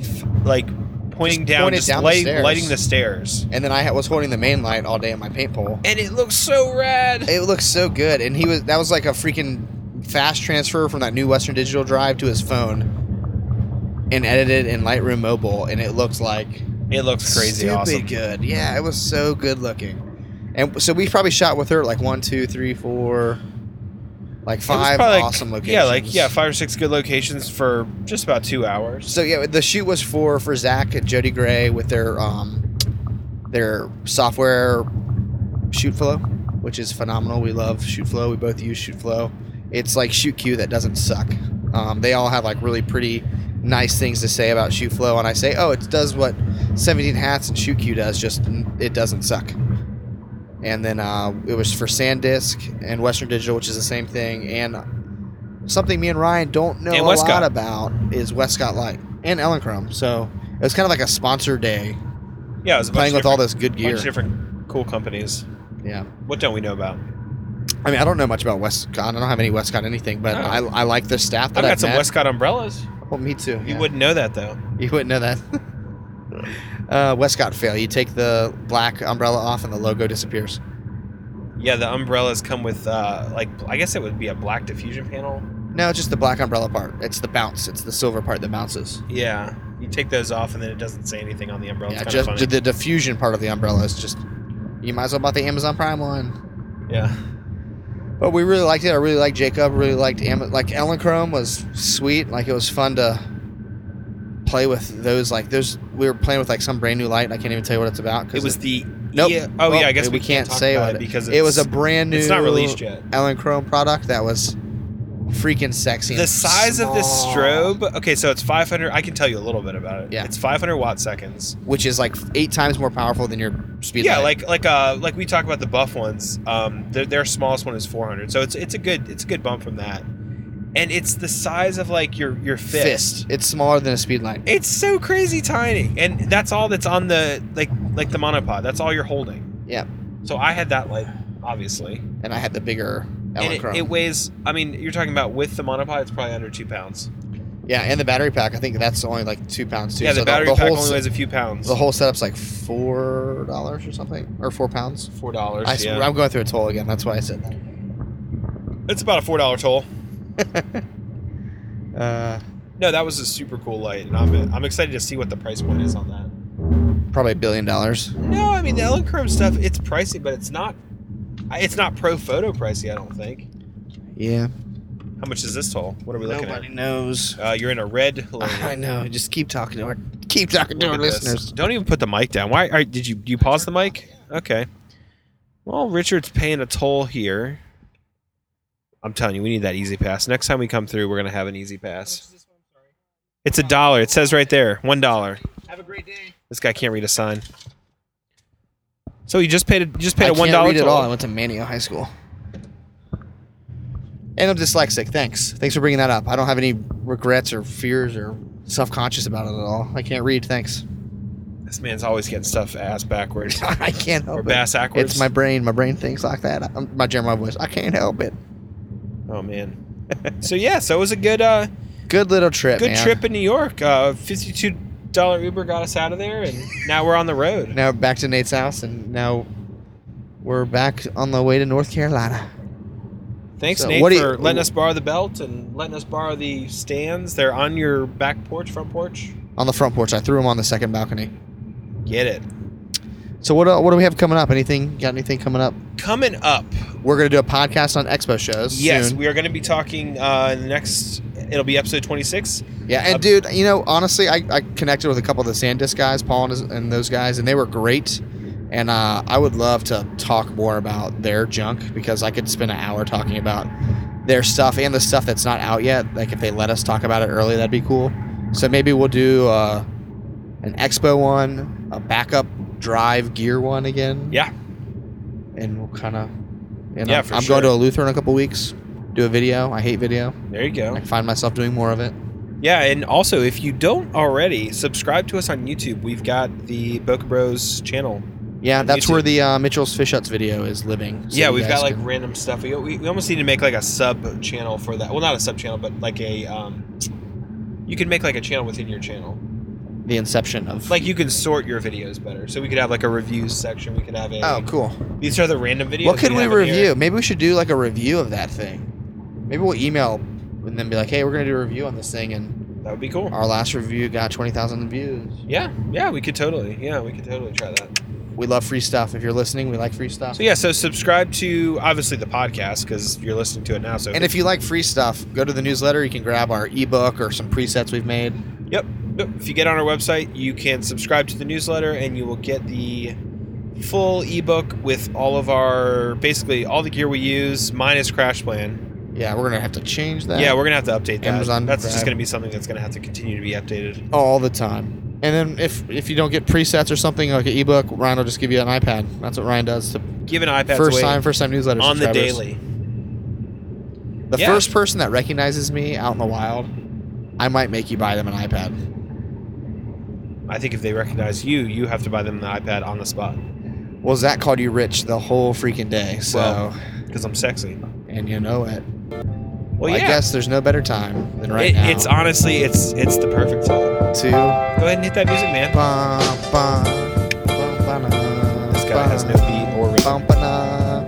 Speaker 2: f- like pointing
Speaker 1: Just
Speaker 2: down,
Speaker 1: pointed
Speaker 2: just
Speaker 1: down the
Speaker 2: light,
Speaker 1: stairs.
Speaker 2: lighting the stairs,
Speaker 1: And then I ha- was holding the main light all day on my paint pole.
Speaker 2: and it looks so rad.
Speaker 1: It looks so good, and he was that was like a freaking fast transfer from that new Western Digital drive to his phone, and edited in Lightroom Mobile, and it looked like
Speaker 2: It looks crazy
Speaker 1: Stupid
Speaker 2: awesome.
Speaker 1: good. Yeah, it was so good looking. And so we probably shot with her like one, two, three, four, like
Speaker 2: It was
Speaker 1: five
Speaker 2: probably like-
Speaker 1: awesome locations.
Speaker 2: Yeah, like yeah, five or six good locations for just about two hours.
Speaker 1: So yeah, the shoot was for for Zach and Jody Gray with their um their software shoot flow, which is phenomenal. We love shoot flow. We both use shoot flow. It's like shoot queue that doesn't suck. Um, they all have like really pretty nice things to say about shoot flow, and I say, oh, it does what 17 hats and shoot queue does, just n- it doesn't suck. And then uh, it was for SanDisk and Western Digital, which is the same thing, and something me and Ryan don't know
Speaker 2: And
Speaker 1: a
Speaker 2: Westcott.
Speaker 1: lot about is Westcott Light and Ellencrum. So it was kind of like a sponsor day,
Speaker 2: Yeah, it was a bunch
Speaker 1: playing
Speaker 2: of
Speaker 1: with all
Speaker 2: different-
Speaker 1: this good
Speaker 2: bunch
Speaker 1: gear.
Speaker 2: of different cool companies.
Speaker 1: Yeah,
Speaker 2: What don't we know about?
Speaker 1: I mean, I don't know much about Westcott. I don't have any Westcott anything, but
Speaker 2: Oh.
Speaker 1: I, I like the staff
Speaker 2: I've
Speaker 1: that
Speaker 2: got
Speaker 1: I've,
Speaker 2: some
Speaker 1: met.
Speaker 2: Westcott umbrellas.
Speaker 1: well, me too.
Speaker 2: You
Speaker 1: yeah.
Speaker 2: wouldn't know that though.
Speaker 1: You wouldn't know that. uh, Westcott fail. You take the black umbrella off and the logo disappears.
Speaker 2: Yeah, the umbrellas come with uh, like I guess it would be a black diffusion panel.
Speaker 1: No, just the black umbrella part. It's the bounce. It's the silver part that bounces.
Speaker 2: Yeah, you take those off and then it doesn't say anything on the umbrella.
Speaker 1: yeah,
Speaker 2: it's
Speaker 1: just
Speaker 2: kind of funny.
Speaker 1: the diffusion part of the umbrella is just. You might as well bought the Amazon Prime one.
Speaker 2: yeah,
Speaker 1: But we really liked it. I really liked Jacob. Really liked Am- like Ellen Chrome was sweet. Like it was fun to play with those. Like those, we were playing with like some brand new light. and I can't even tell you what it's about. 'cause
Speaker 2: it was the
Speaker 1: Nope.
Speaker 2: Yeah. Oh
Speaker 1: Well,
Speaker 2: yeah, I guess
Speaker 1: we
Speaker 2: we,
Speaker 1: can't
Speaker 2: talk
Speaker 1: say what
Speaker 2: about it
Speaker 1: it-
Speaker 2: because it's,
Speaker 1: it was a brand new.
Speaker 2: it's not released yet.
Speaker 1: Ellen Chrome product that was freaking sexy.
Speaker 2: The
Speaker 1: and
Speaker 2: size of this
Speaker 1: small,
Speaker 2: strobe. Okay, so it's 500. I can tell you a little bit about it.
Speaker 1: Yeah.
Speaker 2: it's 500 watt seconds.
Speaker 1: which is like eight times more powerful than your speed.
Speaker 2: yeah,
Speaker 1: light.
Speaker 2: like like uh like we talk about the buff ones. Um, their, their smallest one is 400, so it's it's a good it's a good bump from that, and it's the size of like your your
Speaker 1: fist.
Speaker 2: fist.
Speaker 1: It's smaller than a speed light.
Speaker 2: It's so crazy tiny, and that's all that's on the like like the monopod. That's all you're holding.
Speaker 1: Yeah.
Speaker 2: So I had that light, obviously.
Speaker 1: And I had the bigger
Speaker 2: And
Speaker 1: Ellen
Speaker 2: it,
Speaker 1: Chrome.
Speaker 2: it weighs. I mean, you're talking about with the monopod, it's probably under two pounds.
Speaker 1: yeah, and the battery pack. I think that's only like two pounds too.
Speaker 2: yeah, the
Speaker 1: So
Speaker 2: battery
Speaker 1: the,
Speaker 2: pack
Speaker 1: whole
Speaker 2: only
Speaker 1: se-
Speaker 2: weighs a few pounds.
Speaker 1: the whole setup's like four dollars or something, or four pounds.
Speaker 2: four dollars.
Speaker 1: I,
Speaker 2: yeah.
Speaker 1: am going through a toll again. That's why I said
Speaker 2: It's about a four dollar toll.
Speaker 1: that. Uh,
Speaker 2: No, that was a super cool light, and I'm I'm excited to see what the price point is on that.
Speaker 1: probably a billion dollars.
Speaker 2: No, I mean the Ellen Chrome stuff. It's pricey, but it's not. I- It's not pro photo pricey. I don't think.
Speaker 1: Yeah.
Speaker 2: How much is this toll? What are we looking
Speaker 1: Nobody knows.
Speaker 2: at? Uh, you're in a red lane.
Speaker 1: I know. Just keep talking to our, keep talking to
Speaker 2: Look
Speaker 1: our
Speaker 2: at this.
Speaker 1: listeners.
Speaker 2: Don't even put the mic down. Why are, did you you pause the mic? Okay. Well, Richard's paying a toll here. I'm telling you, we need that easy pass. Next time we come through, we're gonna have an easy pass. It's a dollar. It says right there, one dollar.
Speaker 4: Have a great day.
Speaker 2: This guy can't read a sign. So you just paid a, you just paid
Speaker 1: I
Speaker 2: a one dollar
Speaker 1: read
Speaker 2: toll.
Speaker 1: at all. I went to Manio High School. And I'm dyslexic. Thanks. Thanks for bringing that up. I don't have any regrets or fears or self conscious about it at all. I can't read. Thanks.
Speaker 2: This man's always getting stuff ass backwards
Speaker 1: I can't help
Speaker 2: or
Speaker 1: it.
Speaker 2: bass backwards.
Speaker 1: It's my brain. My brain thinks like that. i my Jeremiah voice. I can't help it.
Speaker 2: oh man. so yeah, so it was a good uh,
Speaker 1: Good little trip.
Speaker 2: good
Speaker 1: man.
Speaker 2: trip in New York. Uh, Fifty two dollar Uber got us out of there, and now we're on the road.
Speaker 1: Now back to Nate's house, and now we're back on the way to North Carolina.
Speaker 2: Thanks,
Speaker 1: So,
Speaker 2: Nate,
Speaker 1: what do you-
Speaker 2: for letting us borrow the belt and letting us borrow the stands. They're on your back porch, front porch.
Speaker 1: On the front porch. I threw him on the second balcony.
Speaker 2: Get it.
Speaker 1: So what? uh, What do we have coming up? Anything? Got anything coming up?
Speaker 2: Coming up,
Speaker 1: We're gonna do a podcast on expo shows.
Speaker 2: yes,
Speaker 1: soon.
Speaker 2: we are going to be talking uh, in the next. It'll be episode twenty six.
Speaker 1: Yeah, and
Speaker 2: Uh,
Speaker 1: dude, you know, honestly, I, I connected with a couple of the Sandisk guys, Paul and, his, and those guys, and they were great. And uh, I would love to talk more about their junk because I could spend an hour talking about their stuff and the stuff that's not out yet. Like if they let us talk about it early, that'd be cool. So maybe we'll do uh, an expo one, a backup drive gear one again.
Speaker 2: Yeah.
Speaker 1: and we'll kind of. You know,
Speaker 2: Yeah, for
Speaker 1: I'm
Speaker 2: sure.
Speaker 1: going to a Lutheran in a couple weeks. Do a video. I hate video.
Speaker 2: There you go.
Speaker 1: I find myself doing more of it.
Speaker 2: Yeah, and also if you don't already, subscribe to us on YouTube. We've got the Boca Bros channel.
Speaker 1: Yeah,
Speaker 2: on
Speaker 1: that's
Speaker 2: YouTube.
Speaker 1: where the uh, Mitchell's Fish Huts video is living. so
Speaker 2: yeah,
Speaker 1: you
Speaker 2: we've
Speaker 1: guys
Speaker 2: got like
Speaker 1: can-
Speaker 2: random stuff. We, we, we almost need to make like a sub channel for that. Well, not a sub channel, but like a um, you can make like a channel within your channel.
Speaker 1: the inception of.
Speaker 2: Like you can sort your videos better. So we could have like a reviews section. We could have a
Speaker 1: oh, cool.
Speaker 2: these are the random videos.
Speaker 1: What could we
Speaker 2: have in
Speaker 1: review?
Speaker 2: here.
Speaker 1: Maybe we should do like a review of that thing. Maybe we'll email and then be like, "Hey, we're gonna do a review on this thing," and
Speaker 2: That would be cool.
Speaker 1: our last review got twenty thousand views.
Speaker 2: Yeah, yeah, we could totally. Yeah, we could totally try that.
Speaker 1: We love free stuff. If you're listening, we like free stuff.
Speaker 2: So yeah, so subscribe to obviously the podcast because you're listening to it now. So
Speaker 1: And if you like free stuff, go to the newsletter. You can grab our ebook or some presets we've made.
Speaker 2: Yep. Yep. If you get on our website, you can subscribe to the newsletter and you will get the full ebook with all of our basically all the gear we use minus crash plan.
Speaker 1: Yeah, we're gonna have to change that.
Speaker 2: Yeah, we're going to have to update that.
Speaker 1: Amazon
Speaker 2: that's just
Speaker 1: Drive.
Speaker 2: going to be something that's going to have to continue to be updated.
Speaker 1: all the time. And then if if you don't get presets or something like an ebook, Ryan will just give you an iPad. That's what Ryan does to
Speaker 2: Give an iPad
Speaker 1: first
Speaker 2: away
Speaker 1: time, first time newsletter
Speaker 2: on the
Speaker 1: subscribers.
Speaker 2: daily.
Speaker 1: The
Speaker 2: Yeah.
Speaker 1: first person that recognizes me out in the wild, I might make you buy them an iPad.
Speaker 2: I think if they recognize you, you have to buy them the iPad on the spot
Speaker 1: Well, Zach called you rich the whole freaking day, so
Speaker 2: Well, because I'm sexy.
Speaker 1: and you know it.
Speaker 2: Well,
Speaker 1: I
Speaker 2: yeah.
Speaker 1: guess there's no better time than right
Speaker 2: It-
Speaker 1: now.
Speaker 2: It's honestly, it's it's the perfect time.
Speaker 1: to
Speaker 2: Go ahead and hit that music, man.
Speaker 1: bum bum bum bum.
Speaker 2: This guy has no beat or
Speaker 1: Bum,
Speaker 2: rhythm.
Speaker 1: ba-na,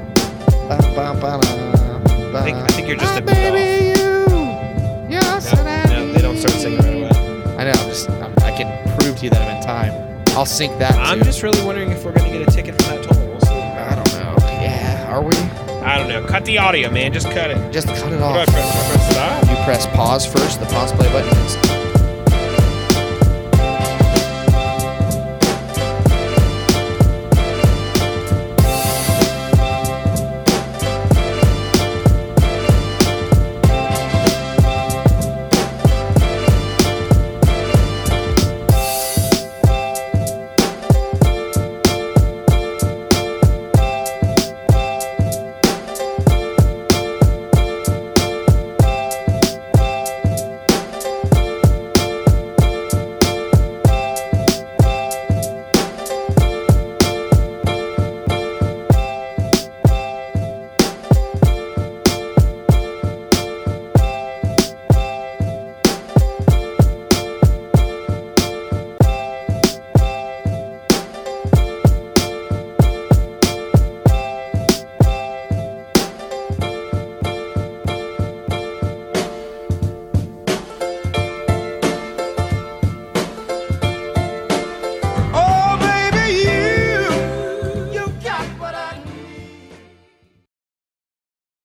Speaker 1: bum, bum, ba-na,
Speaker 2: think- I think you're just
Speaker 1: ba-na.
Speaker 2: a bit
Speaker 1: Oh, baby, you, you're so
Speaker 2: No, no, they don't start singing right away.
Speaker 1: I know. I'm just, I'm, I can prove to you that I'm in time. I'll sync that.
Speaker 2: I'm
Speaker 1: too.
Speaker 2: just really wondering if we're gonna get a ticket from that toll. We'll see.
Speaker 1: I don't know. Yeah, are we?
Speaker 2: I don't know. Oh. Cut the audio, man. Just cut it.
Speaker 1: Just cut it
Speaker 2: What do I
Speaker 1: off.
Speaker 2: press? Do I press stop?
Speaker 1: You press pause first. The pause play button is